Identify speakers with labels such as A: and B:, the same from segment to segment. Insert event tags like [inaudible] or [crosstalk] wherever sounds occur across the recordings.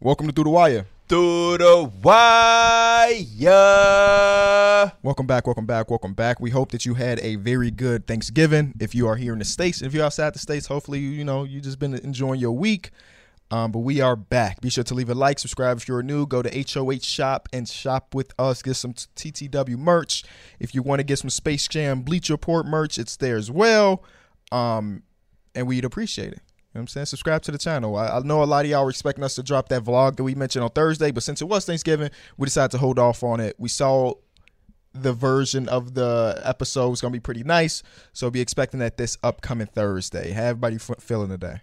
A: Welcome to Through the Wire.
B: Through the wire.
A: Welcome back, welcome back, welcome back. We hope that you had a very good Thanksgiving. If you are here in the States, if you're outside the States, hopefully, you, you know, you just been enjoying your week. Um, but we are back. Be sure to leave a like, subscribe if you're new. Go to HOH Shop and shop with us. Get some TTW merch. If you want to get some Space Jam Bleach Report merch, it's there as well. Um, and we'd appreciate it. You know what I'm saying? Subscribe to the channel. I, I know a lot of y'all were expecting us to drop that vlog that we mentioned on Thursday, but since it was Thanksgiving, we decided to hold off on it. We saw the version of the episode was going to be pretty nice, so be expecting that this upcoming Thursday. How everybody f- feeling today?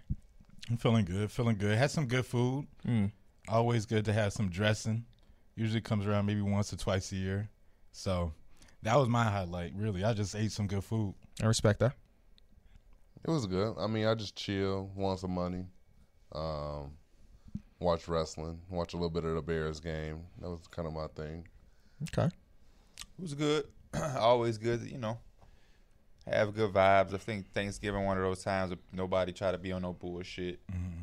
C: I'm feeling good, feeling good. Had some good food.
A: Mm.
C: Always good to have some dressing. Usually comes around maybe once or twice a year. So that was my highlight, really. I just ate some good food.
A: I respect that.
D: It was good. I mean, I just chill, won some money, um, watch wrestling, watch a little bit of the Bears game. That was kind of my thing.
A: Okay.
B: It was good. [clears throat] Always good, you know. Have good vibes. I think Thanksgiving one of those times where nobody try to be on no bullshit.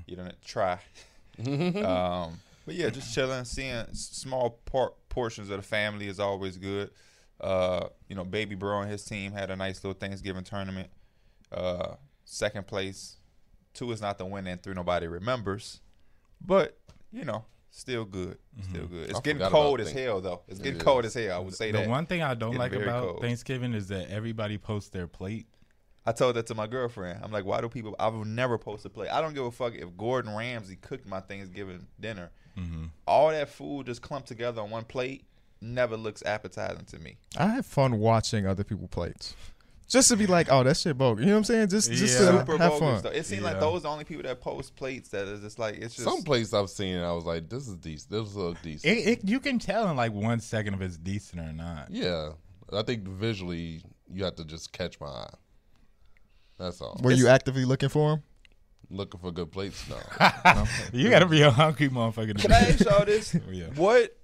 B: You don't
D: [laughs]
B: try. [laughs] um, but yeah, just chilling, seeing s- small part portions of the family is always good. Uh, you know, baby bro and his team had a nice little Thanksgiving tournament. Uh, second place. Two is not the win, and three nobody remembers. But you know, still good, still good. It's
D: I
B: getting
D: forgot
B: cold
D: about
B: as
D: thing-
B: hell though. It's getting
D: is.
B: cold as hell. I would say
C: The
B: that.
C: one thing I don't
B: Getting
C: like
B: very
C: about
B: cold.
C: Thanksgiving is that everybody posts their plate.
B: I told that to my girlfriend. I'm like, why do people? I would never post a plate. I don't give a fuck if Gordon Ramsay cooked my Thanksgiving dinner. All that food just clumped together on one plate never looks appetizing to me.
A: I have fun watching other people plates. Just to be like, oh, that shit bogus. You know what I'm saying? Just, just
C: Yeah.
A: to
B: Super
A: have
B: bogus
A: fun.
B: Though. It seems like
C: Yeah.
B: those are the only people that post plates that is just like it's just
D: Some place I've seen, I was like, this is decent. This looks decent.
C: It, it you can tell in like one second if it's decent or not.
D: yeah. I think visually, you have to just catch my eye. That's all.
A: Were you actively looking for him?
D: Looking for good plates?
C: [laughs]
D: No.
C: You gotta be a hungry motherfucker. To
B: Can
C: [laughs]
B: I ask
C: do
B: y'all this?
C: Yeah.
B: What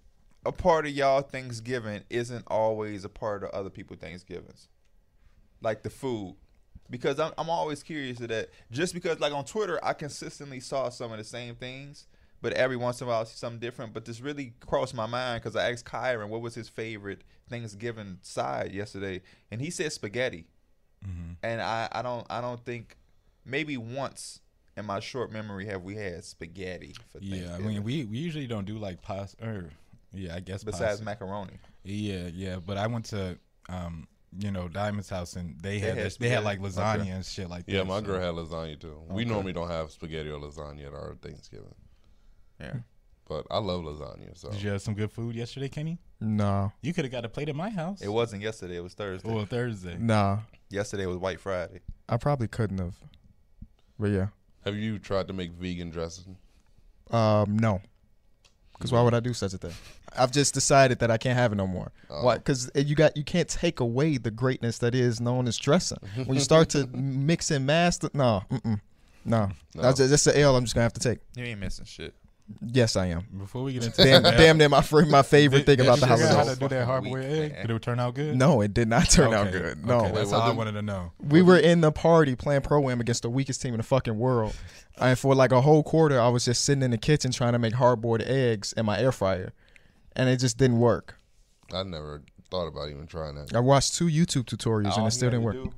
B: a part of y'all Thanksgiving isn't always a part of other people Thanksgivings, like the food, because I'm I'm always curious of that. Just because like on Twitter, I consistently saw some of the same things, but every once in a while I see something different. But this really crossed my mind because I asked Kyron what was his favorite Thanksgiving side yesterday, and he said spaghetti
C: Mm-hmm.
B: and I, I don't I don't think maybe once in my short memory have we had spaghetti for
C: yeah, I
B: Thanksgiving,
C: mean we, we usually don't do like pasta or yeah, I guess
B: besides
C: pasta.
B: macaroni.
C: Yeah, yeah, but I went to um, you know, Diamond's house and they,
B: They
C: had
B: had
C: this, they had like
B: spaghetti.
C: lasagna
B: Okay.
C: and shit like that.
D: yeah, my
C: so-
D: girl had lasagna too. We normally don't have spaghetti or lasagna at our Thanksgiving,
B: Yeah.
D: but I love lasagna. So
C: Did you have some good food yesterday, Kenny?
A: No,
C: You could have got a plate at my house.
B: It wasn't yesterday, it was Thursday.
C: Well, Thursday.
A: no.
B: Yesterday was White Friday.
A: I probably couldn't have. But yeah.
D: have you tried to make vegan dressing?
A: Um, no. Because why would I do such a thing? I've just decided that I can't have it no more.
C: Oh.
A: Why? Because you got you can't take away the greatness that is known as dressing. When you start to
C: [laughs]
A: mix and master, no, mm-mm, no, that's, that's the L. I'm just gonna have to take.
B: You ain't missing shit.
A: Yes, I
C: [laughs]
A: am.
C: Before we get into
A: Damn,
C: that,
A: damn, near my fr- my favorite thing
C: did
A: about the
C: you figure out How
A: holidays.
C: to do that hard boiled
B: Weak,
C: egg?
B: man.
C: Did it turn out good?
A: No, it did not turn out
C: Okay,
A: good. No,
C: okay, that's
D: Wait,
C: all I
D: what-
C: wanted to know.
A: we were in the party playing pro am against the weakest team in the fucking world, and for like a whole quarter, I was just sitting in the kitchen trying to make hard boiled eggs in my air fryer, and it just didn't work.
D: I never thought about even trying that.
A: I watched two YouTube tutorials
B: All
A: and
B: he
A: it still
B: had
A: didn't
B: to
A: work.
B: do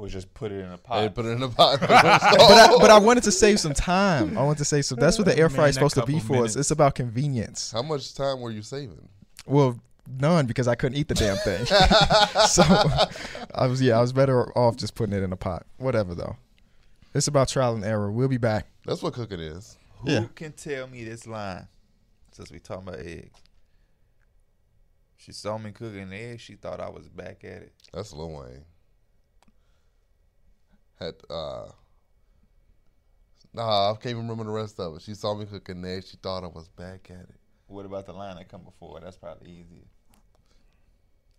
B: Was just put it in a
D: They
B: pot.
D: put it in a pot. [laughs]
A: But I, but I wanted to save some time. I wanted to save some. That's
C: [laughs]
A: what the air
C: Man,
A: fryer is
C: that
A: supposed to be
C: couple
A: for. It's, it's about convenience.
D: How much time were you saving?
A: Well, none because I couldn't eat the damn
C: [laughs]
A: thing. so I was yeah, I was better off just putting it in a pot. Whatever though. It's about trial and error. We'll be back.
D: That's what cooking is.
B: Who
A: yeah.
B: can tell me this line? Since we talking about eggs. She saw me cooking eggs, she thought I was back at it.
D: That's Lil Wayne. Had uh Nah, I can't even remember the rest of it. She saw me cooking there. She thought I was back at it.
B: What about the line that come before? That's probably easier.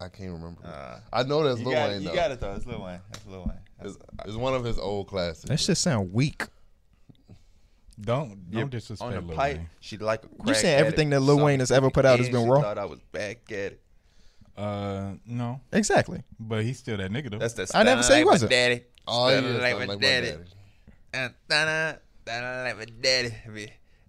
D: I can't remember. it.
B: Uh,
D: I know that's
B: you
D: Lil
B: got, it,
D: Wayne
B: you
D: though.
B: got it though. It's Lil Wayne. That's Lil Wayne. That's-
D: It's, it's one of his old classics.
A: That shit sound weak.
C: Don't don't
B: Yeah, on
C: disrespect
B: the
C: Lil
B: pipe.
C: Wayne.
B: She like a crack
A: You saying
B: at
A: everything
B: it.
A: that Lil
B: Some
A: Wayne has ever put out has
B: bitch,
A: been
B: she
A: wrong?
B: Thought I was back at it.
C: Uh, no,
A: Exactly.
C: but he's still that nigga though.
B: That's that.
A: I never said he
B: stunning like my
A: wasn't.
B: Daddy.
D: Oh, yeah,
B: Stunning
D: like, like my daddy.
B: And stunning- stunning like my daddy.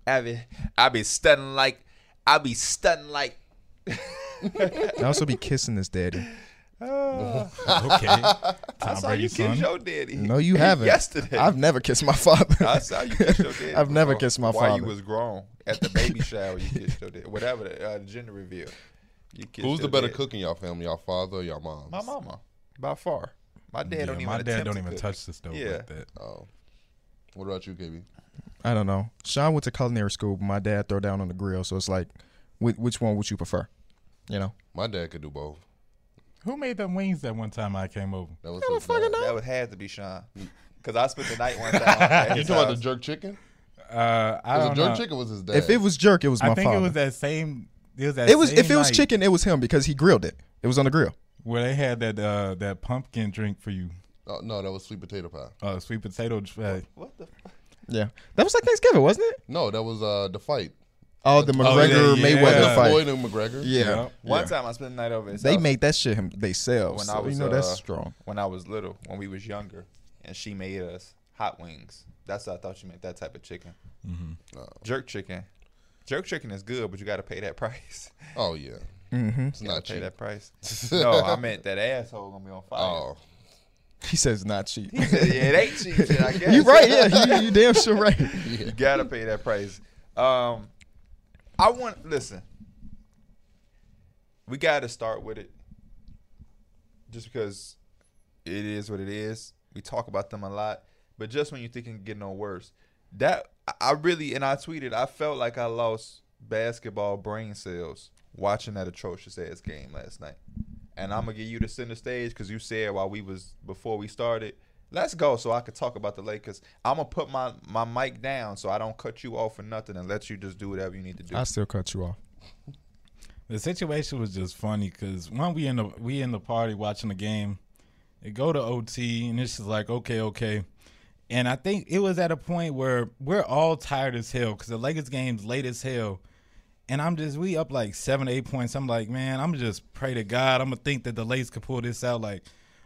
B: I be, I be stunning like, I be stunning like.
A: I also be kissing this daddy.
C: [laughs]
B: [laughs]
C: Okay.
B: I
C: Tom
B: saw you
C: Brady's
B: kiss
C: son.
B: your daddy.
A: No,
B: [laughs]
A: you haven't.
B: Yesterday.
A: I've never kissed my father.
B: I saw you
A: [laughs]
B: kiss your daddy.
A: I've never
B: before.
A: kissed my
B: While
A: father.
B: you was grown at the baby shower, you kissed your daddy. Whatever the uh, gender reveal. You kissed
D: Who's the
B: your
D: better
B: daddy.
D: cook in y'all family, y'all father or y'all mom?
B: My mama, by far. My dad
C: Yeah,
B: don't even.
C: my dad
B: attempt
C: don't
B: to
C: even
B: cook.
C: touch the stove
B: Yeah.
C: like that.
D: Oh. What about you, KB?
A: I don't know. Sean went to culinary school, but my dad throw down on the grill, so it's like, which, which one would you prefer? You know,
D: My dad could do both.
C: Who made them wings that one time I came over?
D: That was his dad.
B: That would have to be Sean, because I spent the night one time. at
D: You
B: his
D: talking about the
B: house.
D: jerk chicken?
C: Uh, I
D: Was
C: don't
D: it jerk
C: know.
D: chicken? Or was his dad?
A: if it was jerk, it was my
C: I think
A: father.
C: it was that same. It was that.
A: It was- if
C: same
A: it was
C: night
A: chicken, it was him because he grilled it. It was on the grill.
C: where they had that uh, that pumpkin drink for you,
D: oh, no, that was sweet potato pie.
C: uh, sweet potato. Uh,
B: What the? Fuck?
A: Yeah, that was like Thanksgiving, wasn't it?
D: No, that was uh, the fight.
A: Oh, the McGregor
C: yeah.
A: Mayweather
C: Yeah.
A: fight.
D: Floyd and McGregor.
A: Yeah,
C: Yeah.
B: One time I spent the night over. At his
A: they
B: house
A: made that shit him themselves.
B: when
A: so,
B: I was
A: you know that's
B: uh,
A: strong. [laughs]
B: When I was little, when we was younger, and she made us hot wings. That's what I thought you meant that type of chicken. Jerk chicken. Jerk chicken is good, but you got to pay that [laughs] price.
D: Oh yeah.
A: Mm-hmm.
D: It's not
B: pay
D: cheap.
B: that price. no, I meant that asshole gonna be on fire.
D: Oh,
A: He says not cheap.
B: [laughs] yeah, it ain't cheap. Shit, I
A: [laughs]
B: guess
A: you right? Yeah, you, you damn sure right.
D: [laughs]
B: You [laughs] gotta pay that price. Um, I want listen. We gotta start with it, just because it is what it is. We talk about them a lot, but just when you think it can get no worse, that I- I really and I tweeted. I felt like I lost basketball brain cells watching that atrocious ass game last night. And I'm gonna give you the center stage because you said while we was before we started, let's go so I could talk about the Lakers. I'm gonna put my my mic down so I don't cut you off or nothing and let you just do whatever you need to do.
A: I still cut you off.
C: The situation was just funny because when we in the we in the party watching the game, it go to OT and it's just like okay, okay, and I think it was at a point where we're all tired as hell because the Lakers game's late as hell, and I'm just we up like seven to eight points. I'm like, man, I'm just pray to God. I'm gonna think that the Lakers can pull this out. Like,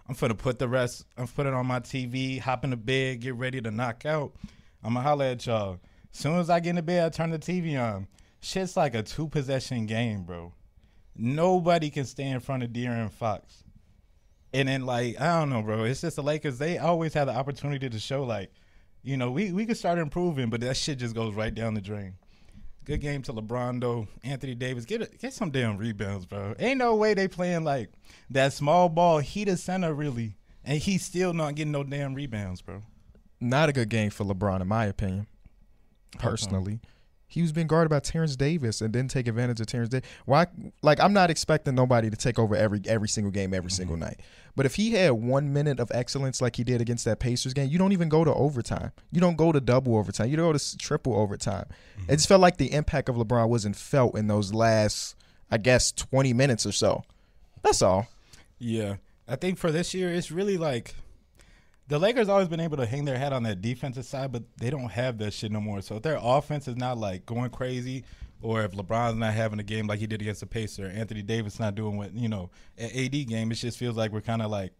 C: I'm gonna put the rest. I'm put it on my TV, hop in the bed, get ready to knock out. I'm gonna holler at y'all. Soon as I get in the bed, I turn the TV on. Shit's like a two possession game, bro. Nobody can stay in front of Deer and Fox. And then like, I don't know, bro. It's just the Lakers, they always have the opportunity to show like, you know, we, we could start improving, but that shit just goes right down the drain. Good game to LeBron though. Anthony Davis, get a, get some damn rebounds, bro. Ain't no way they playing like that small ball. He the center really, and he's still not getting no damn rebounds, bro.
A: Not a good game for LeBron, in my opinion. Personally, he was being guarded by Terrence Davis and didn't take advantage of Terrence Davis. Why? Like, I'm not expecting nobody to take over every every single game, every single night. But if he had one minute of excellence like he did against that Pacers game, you don't even go to overtime. You don't go to double overtime. You don't go to s- triple overtime. It just felt like the impact of LeBron wasn't felt in those last, I guess, 20 minutes or so. That's all.
C: Yeah. I think for this year, it's really like the Lakers always been able to hang their hat on that defensive side, but they don't have that shit no more. So if their offense is not like going crazy, or if LeBron's not having a game like he did against the Pacer, Anthony Davis not doing what, you know, an AD game, it just feels like we're kind of like,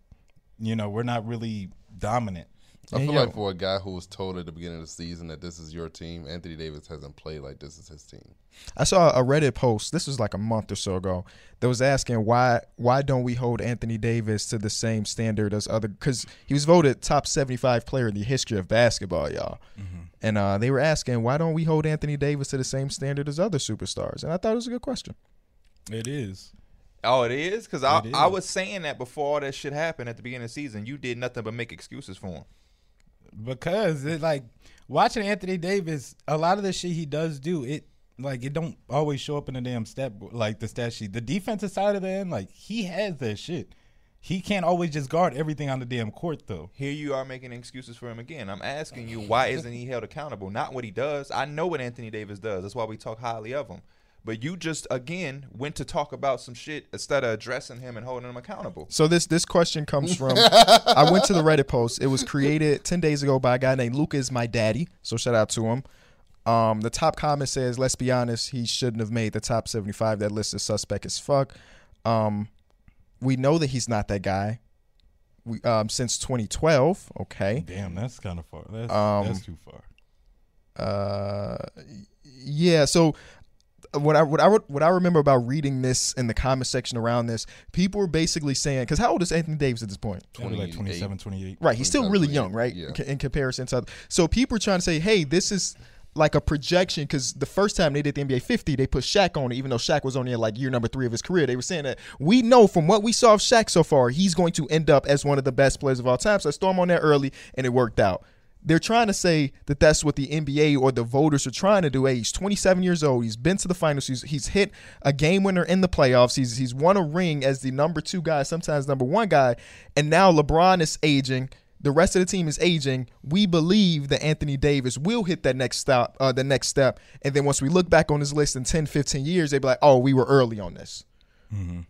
C: you know, we're not really dominant.
D: I
A: And
D: feel
A: yo-
D: like for a guy who was told at the beginning of the season that this is your team, Anthony Davis hasn't played like this is his team.
A: I saw a Reddit post. This was like a month or so ago. That was asking why why don't we hold Anthony Davis to the same standard as other? Because he was voted top seventy five player in the history of basketball, y'all. And uh, they were asking why don't we hold Anthony Davis to the same standard as other superstars? And I thought it was a good question.
C: It is.
B: Oh, it is because I,
C: It
B: I
C: is.
B: was saying that before all that shit happened at the beginning of the season. You did nothing but make excuses for him.
C: because it like watching Anthony Davis, a lot of the shit he does do, it like it don't always show up in the damn stat like the stat sheet. The defensive side of the end, like he has that shit. He can't always just guard everything on the damn court though.
B: Here you are making excuses for him again. I'm asking you
C: [laughs]
B: why isn't he held accountable? Not what he does. I know what Anthony Davis does. That's why we talk highly of him. But you just again went to talk about some shit instead of addressing him and holding him accountable.
A: So this this question comes from I went to the Reddit post. It was created ten days ago by a guy named Luke is my daddy. So shout out to him. Um, the top comment says, "Let's be honest, he shouldn't have made the top seventy-five. That list is suspect as fuck." Um, we know that he's not that guy. We um, since 2012. Okay.
C: Damn, that's kind of far. That's
A: Um,
C: that's too far.
A: Uh, yeah. So uh, what I what I re- what I remember about reading this in the comment section around this, people were basically saying, because how old is Anthony Davis at this point?
C: That'd be like
D: 28.
C: 27, 28.
A: Right, he's still really
D: Exactly.
A: young, right?
D: Yeah.
A: C- In comparison to, other- so people are trying to say, hey, this is like a projection because the first time they did the NBA 50, they put Shaq on it, even though Shaq was only in like year number three of his career. They were saying that we know from what we saw of Shaq so far, he's going to end up as one of the best players of all time. So I storm on there early, and it worked out. They're trying to say that that's what the NBA or the voters are trying to do. Hey, he's 27 years old. He's been to the finals. He's, he's hit a game winner in the playoffs. He's he's won a ring as the number two guy, sometimes number one guy. And now LeBron is aging the rest of the team is aging. We believe that Anthony Davis will hit that next stop, uh, the next step. And then once we look back on this list in 10, 15 years, they'd be like, oh, we were early on this,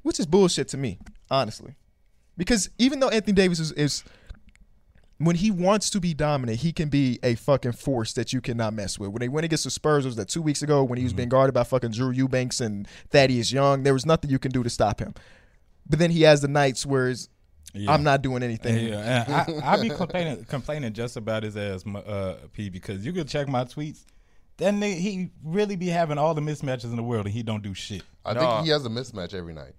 A: which is bullshit to me, honestly. Because even though Anthony Davis is, is, when he wants to be dominant, he can be a fucking force that you cannot mess with. When they went against the Spurs, it was that two weeks ago when he
C: Mm-hmm.
A: was being guarded by fucking Drew Eubanks and Thaddeus Young. There was nothing you can do to stop him. But then he has the nights where it's,
C: Yeah.
A: I'm not doing anything.
C: Yeah, and I, I be complaining, complaining just about his ass, mu- uh, P, because you could check my tweets. Then they, he really be having all the mismatches in the world, and he don't do shit.
D: I
B: Nah.
D: think he has a mismatch every night.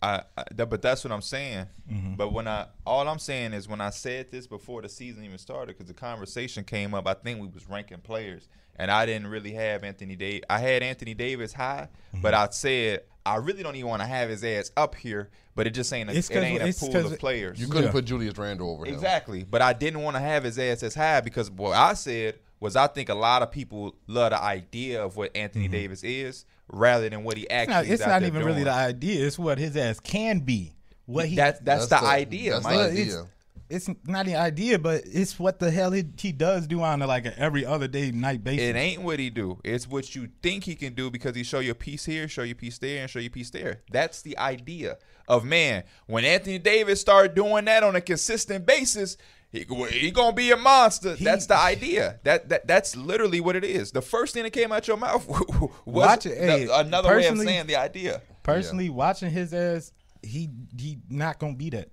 B: I, I that, but that's what I'm saying.
C: Mm-hmm.
B: But when I all I'm saying is when I said this before the season even started, because the conversation came up, I think we was ranking players, and I didn't really have Anthony Davis. I had Anthony Davis high, but
C: Mm-hmm.
B: I said I really don't even want to have his ass up here. But it just ain't a,
C: It's
B: it
C: 'cause-
B: ain't a
C: it's
B: pool
C: 'cause-
B: of players.
D: You couldn't
C: Yeah.
D: put Julius Randle over him.
B: Exactly. But I didn't want to have his ass as high because what I said was I think a lot of people love the idea of what Anthony Davis is rather than what he
C: Mm-hmm. It's
B: actually
C: not,
B: is
C: it's
B: out
C: not
B: there
C: even really
B: doing.
C: the idea. It's what his ass can be. What he
B: That's, that's, the, idea,
D: That's
B: Mike.
D: the
C: It's-
D: idea.
C: it's not the idea, but it's what the hell he, he does do on a, like a every other day night basis.
B: It ain't what he do. It's what you think he can do because he show you a piece here, show you a piece there, and show you a piece there. That's the idea of man. When Anthony Davis started doing that on a consistent basis, he, he gonna be a monster. that's
C: [laughs]
B: the idea. That that that's literally what it is. The first thing that came out your mouth [laughs] was
C: Watch it.
B: the-
C: Hey,
B: another way of
C: personally-
B: saying the idea.
C: Personally, watching his ass, he he not gonna be that.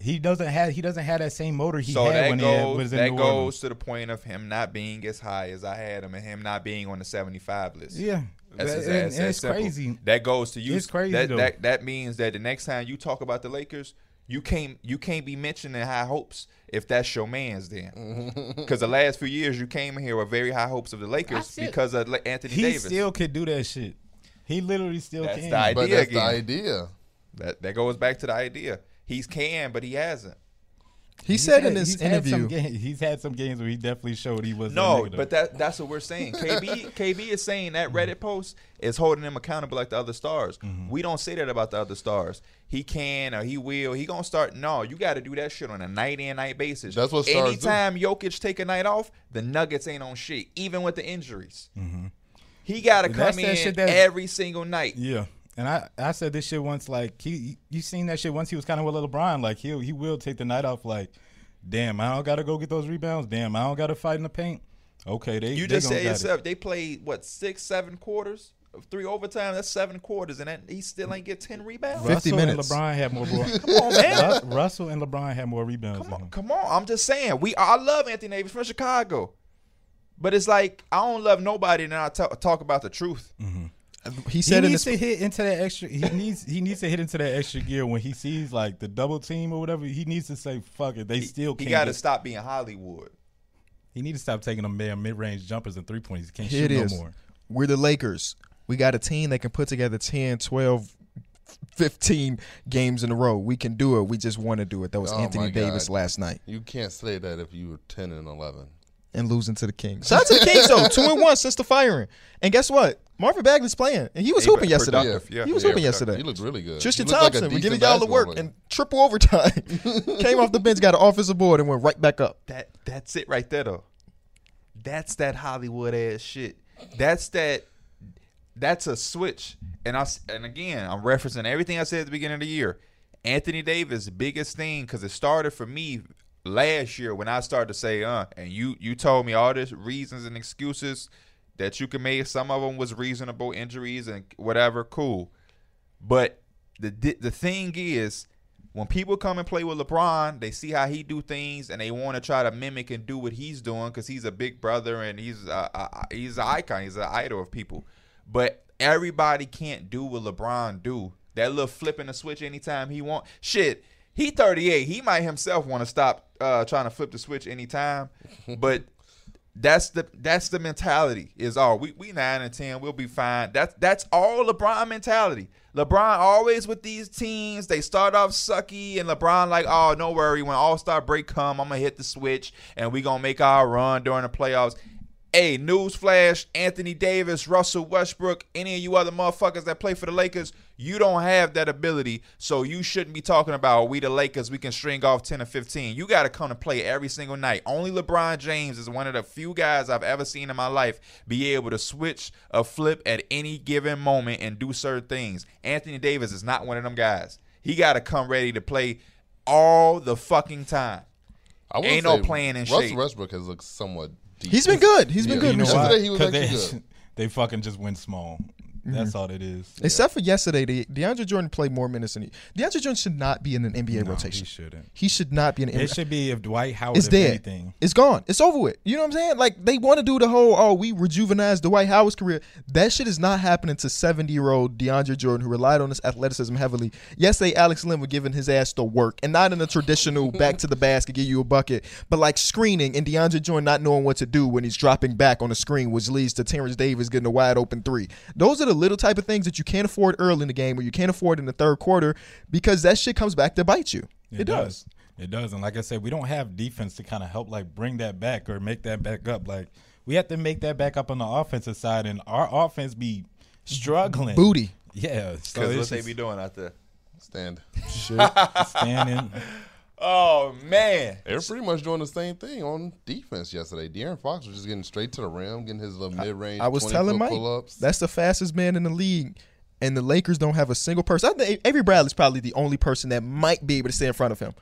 C: He doesn't have he doesn't have that same motor he
B: so
C: had
B: that
C: when he had-
B: goes
C: was in
B: that
C: New
B: goes
C: Orleans.
B: to the point of him not being as high as I had him, and him not being on the seventy five list.
C: Yeah,
B: That's his ass.
C: And- and
B: That's
C: it's
B: simple.
C: crazy.
B: That goes to you.
C: It's crazy,
B: That,
C: though.
B: that that means that the next time you talk about the Lakers, you can't you can't be mentioning high hopes if that's your man's then.
C: Mm-hmm.
B: Because the last few years you came in here with very high hopes of the Lakers
E: still-
B: because of Le- Anthony
C: He
B: Davis.
C: still could do that shit. He literally still
B: That's
C: can.
B: the idea.
D: But that's
B: again.
D: the idea.
B: that that goes back to the idea. He's can, but he hasn't.
A: He,
C: He's
A: said in
C: had-
A: this
C: he's had some
A: interview,
C: games- he's had some games where he definitely showed he was
B: No, but that that's what we're saying. KB KB is saying that Reddit post is holding him accountable like the other stars. We don't say that about the other stars. He can or he will. He gonna start. No, you got to do that shit on a night in night basis.
D: That's what stars do.
B: Anytime Jokic take a night off, the Nuggets ain't on shit, even with the injuries. He got to
C: That's
B: come
C: that
B: in
C: shit that-
B: every single night.
C: yeah. And I, I said this shit once. Like he, you seen that shit once. He was kind of with LeBron. Like he, he will take the night off. Like, damn, I don't gotta go get those rebounds. Damn, I don't gotta fight in the paint. Okay, they.
B: You
C: they
B: just
C: gonna
B: said
C: got it.
B: yourself. They played what six, seven quarters, three overtime. That's seven quarters, and that, he still ain't get ten rebounds.
A: Right. 50
C: Russell
A: minutes.
C: And LeBron had
B: [laughs]
C: more. Come
B: on, man.
C: Russell and LeBron had more rebounds.
B: Come
C: than
B: on,
C: him.
B: come on. I'm just saying. We I love Anthony Davis from Chicago, but it's like I don't love nobody, and I ta- talk about the truth.
A: he
C: He
A: said in
C: needs
A: this
C: to hit into that extra. He needs he needs to hit into that extra gear when he sees like the double team or whatever. He needs to say fuck it. They still
B: He
C: can't.
B: got to
C: get-
B: stop being Hollywood.
C: He need to stop taking them damn mid range jumpers and three pointers. He can't
A: Here
C: shoot
A: it is.
C: no more.
A: We're the Lakers. We got a team that can put together 10, 12, 15 games in a row. We can do it. We just want to do it. That was
D: Oh,
A: Anthony
D: my
A: Davis
D: God.
A: last night
D: You can't say that if you were 10 and 11.
A: and losing to the Kings. Shout out to the Kings, [laughs] though. Two and one since the firing. And guess what? Marvin Bagley's playing. And he was
B: He
A: hooping
B: was
A: yesterday.
B: productive, yeah.
A: he was
B: Yeah,
A: hooping
B: productive.
A: yesterday.
D: He looked really good.
A: Tristan
D: He looked like a
A: Thompson, we're giving y'all
D: decent
A: the
D: basketball
A: work
D: player.
A: and triple overtime.
D: [laughs]
A: Came off the bench, got an offensive board, and went right back up.
B: That that's it right there though. That's that Hollywood ass shit. That's that. That's a switch. And I s- and again, I'm referencing everything I said at the beginning of the year. Anthony Davis' biggest thing because it started for me last year when I started to say, "Uh," and you you told me all this reasons and excuses that you can make. Some of them was reasonable injuries and whatever. Cool. But the the thing is, when people come and play with LeBron, they see how he do things and they want to try to mimic and do what he's doing because he's a big brother and he's a, a- he's an icon, he's an idol of people. But everybody can't do what LeBron do. That little flipping the switch anytime he want. Shit, he 38. He might himself want to stop uh, trying to flip the switch anytime. But that's the that's the mentality. Is all we we nine and ten. We'll be fine. That's that's all LeBron mentality. LeBron always with these teams. They start off sucky, and LeBron like, oh, no worry. When All Star break come, I'm gonna hit the switch, and we gonna make our run during the playoffs. Hey, newsflash: Anthony Davis, Russell Westbrook, any of you other motherfuckers that play for the Lakers, you don't have that ability, so you shouldn't be talking about we the Lakers. We can string off ten or fifteen. You got to come to play every single night. Only LeBron James is one of the few guys I've ever seen in my life be able to switch a flip at any given moment and do certain things. Anthony Davis is not one of them guys. He got to come ready to play all the fucking time.
D: I will
B: Ain't no
D: say
B: playing in
D: Russell
B: shape.
D: Westbrook has looked somewhat deep.
A: He's been good. He's been
D: Yeah,
A: good.
D: you know
A: recently.
D: why? Yesterday he was
C: 'Cause
D: actually
C: they, [laughs] they fucking just went small. That's
A: Mm-hmm.
C: all it is.
A: Except for yesterday, the, DeAndre Jordan played more minutes than he. DeAndre Jordan should not be in an NBA rotation.
C: He shouldn't.
A: He should not be in an
C: It
A: NBA.
C: should be if Dwight Howard
A: It's
C: if
A: dead.
C: anything.
A: It's gone. It's over with. You know what I'm saying? Like they want to do the whole oh we rejuvenized Dwight Howard's career. That shit is not happening to 70 year old DeAndre Jordan who relied on his athleticism heavily. Yesterday, Alex Lynn was giving his ass to work and not in a traditional back to the basket give you a bucket, but like screening and DeAndre Jordan not knowing what to do when he's dropping back on the screen, which leads to Terrence Davis getting a wide open three. Those are the little type of things that you can't afford early in the game or you can't afford in the third quarter because that shit comes back to bite you. It, does.
C: It does. And like I said, we don't have defense to kind of help like bring that back or make that back up. Like we have to make that back up on the offensive side, and our offense be struggling.
A: Booty.
C: Yeah. So
B: Because what
C: it's
B: they
C: just
B: be doing out there?
D: Stand.
C: [laughs]
B: [laughs]
C: standing.
B: Oh man.
D: They're pretty much doing the same thing on defense yesterday. De'Aaron Fox was just getting straight to the rim, getting his little mid range.
A: I was telling Mike
D: pull-ups.
A: that's the fastest man in the league, and the Lakers don't have a single person. I think Avery Bradley's probably the only person that might be able to stay in front of him.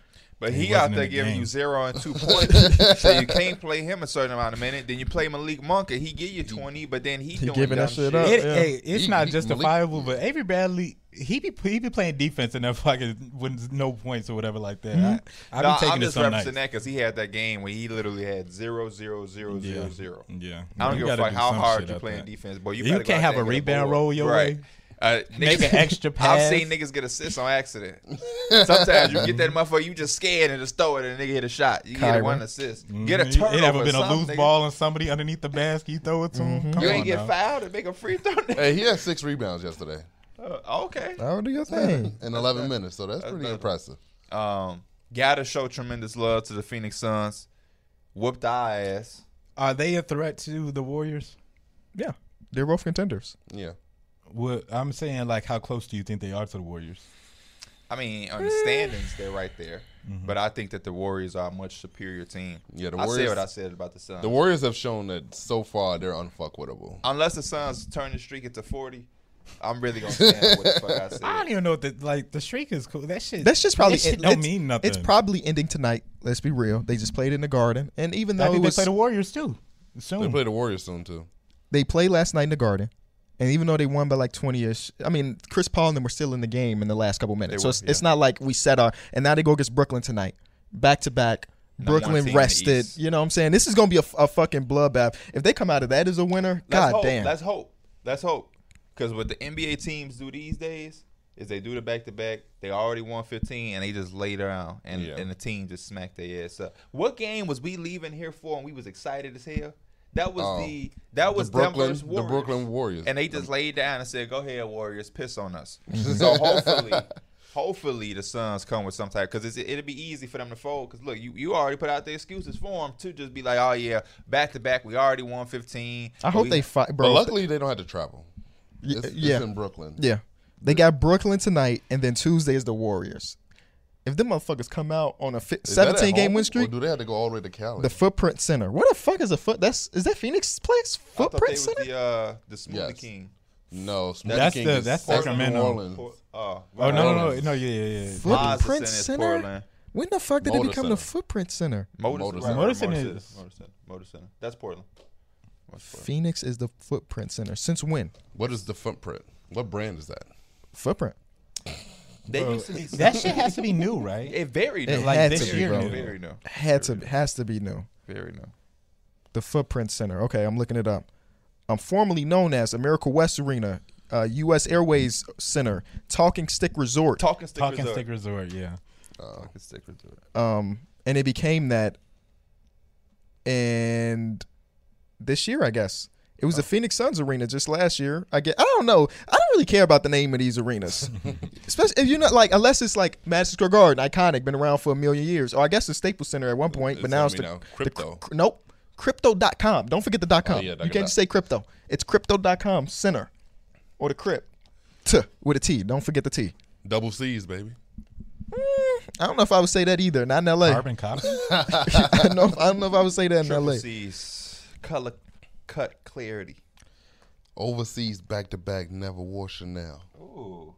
B: But
C: He
B: he,
C: wasn't
B: out
C: in
B: there
C: the
B: giving
C: game.
B: you zero and two
C: [laughs]
B: points, so you can't play him a certain amount of minute. Then you play Malik Monk, and he give you twenty, but then he, doing
A: giving
B: dumb
A: that shit
B: shit
A: up.
C: It,
A: Yeah.
C: hey, it's
D: He-
C: not
D: he-
C: justifiable, but Avery Bradley, he be he be playing defense and that [laughs] fucking with no points or whatever like that.
A: Mm-hmm.
C: I, I be
B: No,
C: taking
B: I'm
C: it
B: just
C: some
B: referencing
C: nights.
B: that because he had that game where he literally had zero, zero, zero, zero, zero.
C: Yeah,
B: I don't
C: You
B: give a
C: gotta
B: fuck
C: do
B: how
C: some
B: hard
C: shit
B: you
C: out
B: playing
C: there.
B: defense, boy. You,
C: You
B: gotta go
C: can't
B: out
C: have
B: there
C: a
B: and get
C: rebound
B: board.
C: roll your
B: Right.
C: way.
B: Uh,
C: [laughs] Make
B: niggas-
C: an
B: [laughs]
C: extra
B: I've
C: pass.
B: seen niggas get assists on accident. Sometimes you
C: [laughs]
B: get that motherfucker, you just scared and just throw it, and a nigga hit a shot. You get
A: Kyrie.
B: one assist, get a
C: Mhm.
B: turnover.
C: It ever been a
B: something,
C: loose
B: nigga.
C: ball and somebody underneath the basket Mm-hmm. you throw it to him? Come
B: You
C: on
B: ain't get
C: now.
B: fouled and make a free throw. [laughs] nigga.
D: hey, he had six rebounds yesterday
B: Uh, okay.
A: I don't do your thing.
D: in 11 minutes, so that's pretty
B: nothing.
D: impressive.
B: Um, gotta show tremendous love to the Phoenix Suns. Whooped our ass.
C: Are they a threat to the Warriors?
A: yeah, they're both contenders.
D: Yeah.
C: What I'm saying, like, how close do you think they are to the Warriors?
B: I mean, on the standings, they're right there. But I think that the Warriors are a much superior team.
D: Yeah, the
B: I said
D: Warriors-
B: what I said about the Suns.
D: The Warriors have shown that so far they're unfuckwittable.
B: Unless the Suns turn the streak into 40, I'm really
D: [laughs]
B: going to stand with what the fuck I said.
C: I don't even know what the like. The streak is cool. That shit.
A: That's just probably
C: that shit
A: it-
C: don't
A: it's-
C: mean nothing.
A: It's probably ending tonight. Let's be real. They just played in the Garden, and even
C: I
A: though
C: think
A: it was,
C: they play the Warriors too. Soon.
A: Hmm.
D: They play the Warriors soon too.
A: they played last night in the Garden, and even though they won by like twenty ish, I mean Chris Paul and them were still in the game in the last couple minutes.
B: They
A: so
B: were,
A: it's, it's not like we set our and now they go against Brooklyn tonight, back to back.
B: one
A: Brooklyn
B: team in the
A: rested.
B: East.
A: You know what I'm saying? This is gonna be a, f- a fucking bloodbath. If they come out of that as a winner,
B: Let's
A: god
B: hope.
A: damn.
B: Let's hope. Let's hope. Because what the NBA teams do these days is they do the back to back. They already won 15 and they just lay down and,
D: Yeah.
B: and the team just smacked their ass up. What game was we leaving here for and we was excited as hell? That was
D: Oh,
B: the that was
D: the Brooklyn,
B: Denver's
D: the
B: Warriors.
D: Brooklyn Warriors,
B: And they just laid down and said, "Go ahead, Warriors, piss on us." [laughs] so [laughs] hopefully, hopefully the Suns come with some type because it'll be easy for them to fold. Because look, you, you already put out the excuses for them to just be like, "Oh yeah, back to back, we already won 15."
A: I hope
B: We-
A: they fight, bro.
D: but luckily they don't have to travel.
A: Y-
D: It's,
A: yeah,
D: it's in Brooklyn.
A: yeah. They got Brooklyn tonight, and then Tuesday is the Warriors. If them motherfuckers come out on a fi-
D: Is that at
A: 17 game
D: home,
A: win streak,
D: Or do they have to go all the way to Cali?
A: the Footprint Center. What the fuck is a foot? That's is that Phoenix place?
B: I thought they
A: Footprint
B: was
A: Center.
B: the uh, the Smoothie
D: Yes.
B: King.
D: [laughs] no, Smoothie
C: That's
D: King
C: the-
D: is
C: that's
D: Portland,
C: Sacramento.
D: New Orleans.
B: Por- oh,
C: oh no, no, no,
D: Warriors.
C: no, yeah, yeah, yeah.
A: Foot-
B: Mazda
A: Footprint
B: is
A: Center?
B: Portland.
A: When the fuck did
D: Motor
A: it become
D: Center.
A: the Footprint Center?
B: Motor,
D: Motor
B: right, right,
C: Motor Center
B: Motor
C: is-
B: Motor Center. Motor Center. That's Portland. That's Portland.
A: Phoenix is the Footprint Center. Since when?
D: What is the footprint? What brand is that?
A: Footprint.
B: They used to be
C: That shit has to be new,
B: [laughs]
C: right?
B: It very
A: It
B: new.
A: had
C: Like
A: to
C: this
A: be,
C: year,
A: bro.
C: new.
B: Very new.
A: Had to has to be new.
B: Very new.
A: The Footprint Center. Okay, I'm looking it up. I'm formerly known as America West Arena, uh, U.S. Airways Center, Talking Stick Resort,
B: Talking stick
C: Talking
B: resort.
C: Stick Resort, yeah.
B: Talking stick resort.
A: um, and it became that. And this year, I guess it
D: Oh.
A: was the Phoenix Suns Arena just last year. I get. I don't know. I don't really care about the name of these
D: [laughs]
A: arenas, especially if you're not like unless it's like Madison Square Garden, iconic, been around for a million years. Or I guess the Staples Center at one point, but
D: It's
A: now
D: what
A: it's
D: we
A: the
D: know.
A: the cr-
D: Crypto. Oh,
A: cr- nope. Crypto.com. Don't forget the dot com.
D: yeah,
A: you
D: dot-
A: can't just say crypto. It's crypto.com center or the crypt. T with a T. Don't forget the T.
D: Double C's, baby.
A: I don't know if I would say that either. Not in LA.
C: Carbon [laughs] copy.
A: [laughs] I, don't know if, I don't know if I would say that in
B: Triple
A: LA.
B: C's color cut clarity.
D: Overseas back to back, never wore Chanel.
B: Ooh.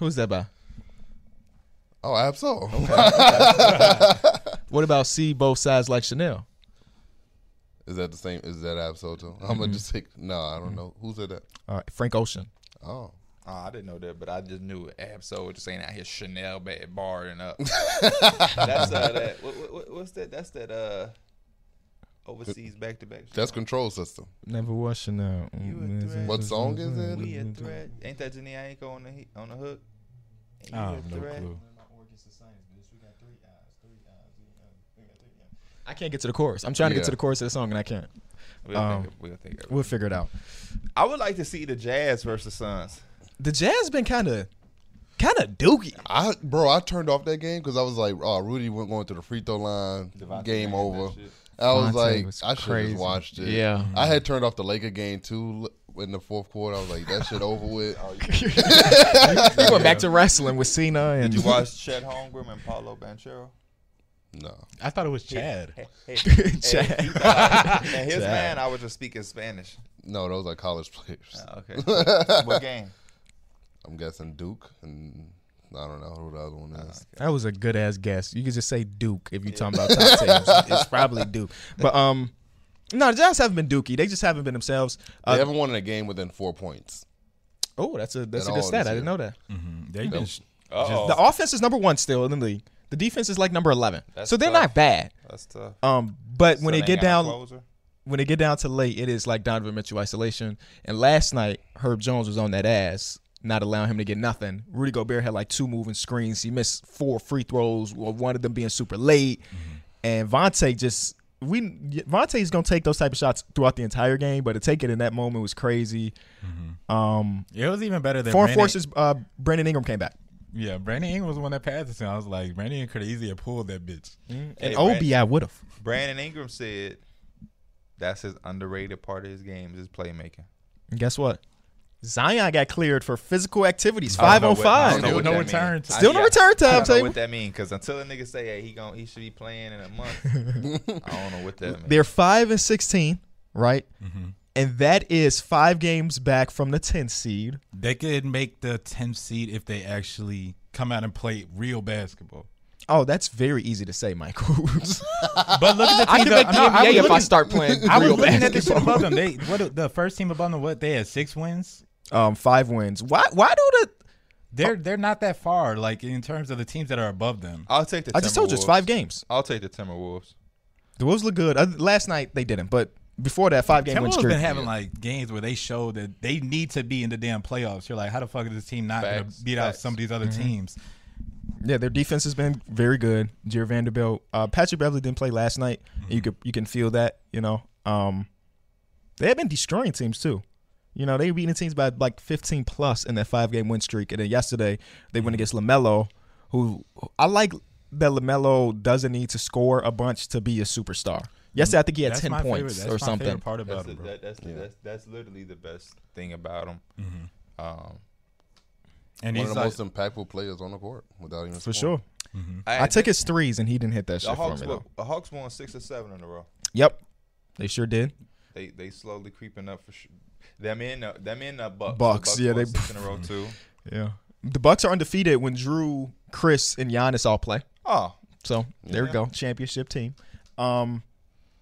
A: Who's that by?
D: Oh, absolutely.
A: What about see both sides like Chanel?
D: Is that the same? Is that Absol too? I'm
A: Mm-hmm.
D: gonna just take. No, I don't know. Who said that?
A: All right, Frank Ocean.
D: Oh,
B: Oh, I didn't know that, but I just knew it. Absol just ain't out here Chanel bad barring [laughs] up. that's uh, that. What, what- what, what's that? That's that. Uh, overseas back to back.
D: that's control system.
A: Never was Chanel. Mm,
B: You a threat.
A: Mm-hmm.
D: What song is it?
B: We a threat. Ain't that Janae Aiko on the he- on the hook? Ain't you
C: I
B: a
C: have no
B: threat?
C: clue.
A: I can't get to the chorus. I'm trying to get
D: Yeah.
A: to the chorus of the song and I can't.
B: We'll,
A: Um,
B: think, we'll think of it.
A: We'll figure it out.
B: I would like to see the Jazz versus Suns.
A: The jazz been kind of, kind of
B: [laughs]
A: doogie.
D: I bro, I turned off that game because I was like, oh, Rudy went going to the free throw line.
B: Devontae
D: game
B: Graham,
D: over.
B: that shit.
D: I was
A: Devontae
D: like,
A: was
D: I should
A: crazy.
D: have watched it.
E: Yeah.
D: I had turned off the Laker game too l- in the fourth quarter. I was like, that shit
B: [laughs]
D: over with.
B: Oh,
A: We went back to wrestling with Cena and
B: Did you
A: [laughs]
B: [laughs] watch Chet Holmgren and Paolo [laughs] Banchero?
D: No,
C: I thought it was Chad.
A: Chad.
B: And, [laughs] and his
A: Chad.
B: man, I was just speaking Spanish. Oh,
D: no, those are college players.
B: Okay. [laughs] what game?
D: I'm guessing Duke and I don't know who the other one is.
A: That was a good ass guess. You could just say Duke if you're talking about top teams.
B: [laughs]
A: it's probably Duke. But um, no, the Giants haven't been Dookie. They just haven't been themselves.
D: they
A: Uh,
D: haven't won in a game within four points.
A: oh, that's a that's
D: At
A: a good
D: all
A: stat.
D: this
A: I didn't
D: year.
A: know that.
C: Mm, They been sh-
B: Uh-oh.
A: The offense is number one still in the league. The defense is like number eleven.
B: That's
A: so they're
B: tough.
A: not bad.
B: That's tough.
A: Um, but
B: So
A: when they
B: ain't
A: get
B: got
A: down,
B: no closer?
A: when they get down to late, it is like Donovan Mitchell isolation. And last night, Herb Jones was on that ass, not allowing him to get nothing. Rudy Gobert had like two moving screens. He missed four free throws, well, one of them being super late.
B: Mm-hmm.
A: And Vontae just we Vontae's gonna take those type of shots throughout the entire game, but to take it in that moment was crazy. Um,
C: it was even better than
A: foreign
C: Brandon-
A: forces. Uh, Brandon Ingram came back,
C: Yeah, Brandon Ingram was the one that passed it. to him. I was like, Brandon Ingram could have easier pulled that bitch.
A: and
B: Hey,
A: Obi I would have.
B: Brandon Ingram said that's his underrated part of his game is his playmaking.
A: And guess what? Zion got cleared for physical activities,
B: I
A: five
B: don't
A: on
B: know what- I
A: five.
B: don't know
C: Still
B: what
C: no
B: that
C: return
B: means.
C: time.
A: Still no
B: I-
A: return
B: I don't know
A: timetable.
B: what that means because until a nigga say hey, he gon' he should be playing in a month,
A: [laughs]
B: I don't know what that means.
A: They're five and sixteen, right? And that is five games back from the 10th seed.
C: They could make the 10th seed if they actually come out and play real basketball.
A: Oh, that's very easy to say, Michael. [laughs]
C: But look at the
A: I
C: team.
A: can make the
C: no,
A: NBA if [laughs]
C: was
A: I
C: looking-
A: start playing
C: I was
A: real
C: looking at the shit
A: basketball.
C: above them. They what the first team above them? What they had six wins.
A: um, five wins. Why? Why do the?
C: They're they're not that far. Like in terms of the teams that are above them.
B: I'll take the.
A: I just told you it's
B: Timberwolves.
A: five games.
B: I'll take the Timberwolves.
A: The Wolves look good. Uh, last night they didn't, but before that, five game win
C: Timberwolves
A: streak.
C: been having like games where they show that they need to be in the damn playoffs. You're like, how the fuck is this team not going
B: Facts,
C: to beat out
B: facts.
C: some of these other teams?
A: yeah, their defense has been very good. Jared Vanderbilt, uh, Patrick Beverly didn't play last night.
C: Mm-hmm.
A: You could you can feel that. You know, um, they have been destroying teams too. You know, they were beating teams by like 15 plus in that five game win streak. And then yesterday they
C: Mm-hmm.
A: went against Lamelo, who I like that Lamelo doesn't need to score a bunch to be a superstar. Yesterday I think he had
C: That's
A: 10
C: my favorite-
A: points
C: that's
A: or
C: my
A: something.
C: favorite part
B: That's
C: about
B: the,
C: it, bro.
B: that, that's, the, that's that's literally the best thing about him. Um,
C: And
D: One
C: he's
D: of the
C: like,
D: most impactable players on the court without even
A: For
D: scoring.
A: sure. I took his threes and he didn't hit that
B: The
A: shit for
B: Hawks,
A: me
B: won,
A: though.
B: the Hawks won six or seven in a row.
A: Yep. They sure did.
B: They they slowly creeping up for sure. Them in the, them in the Bucks. The
A: Bucks, yeah,
B: won
A: they- [laughs]
B: six in a row too.
A: Yeah. The Bucks are undefeated when Drew, Chris, and Giannis all play.
B: Oh,
A: So there we go, championship team. Um,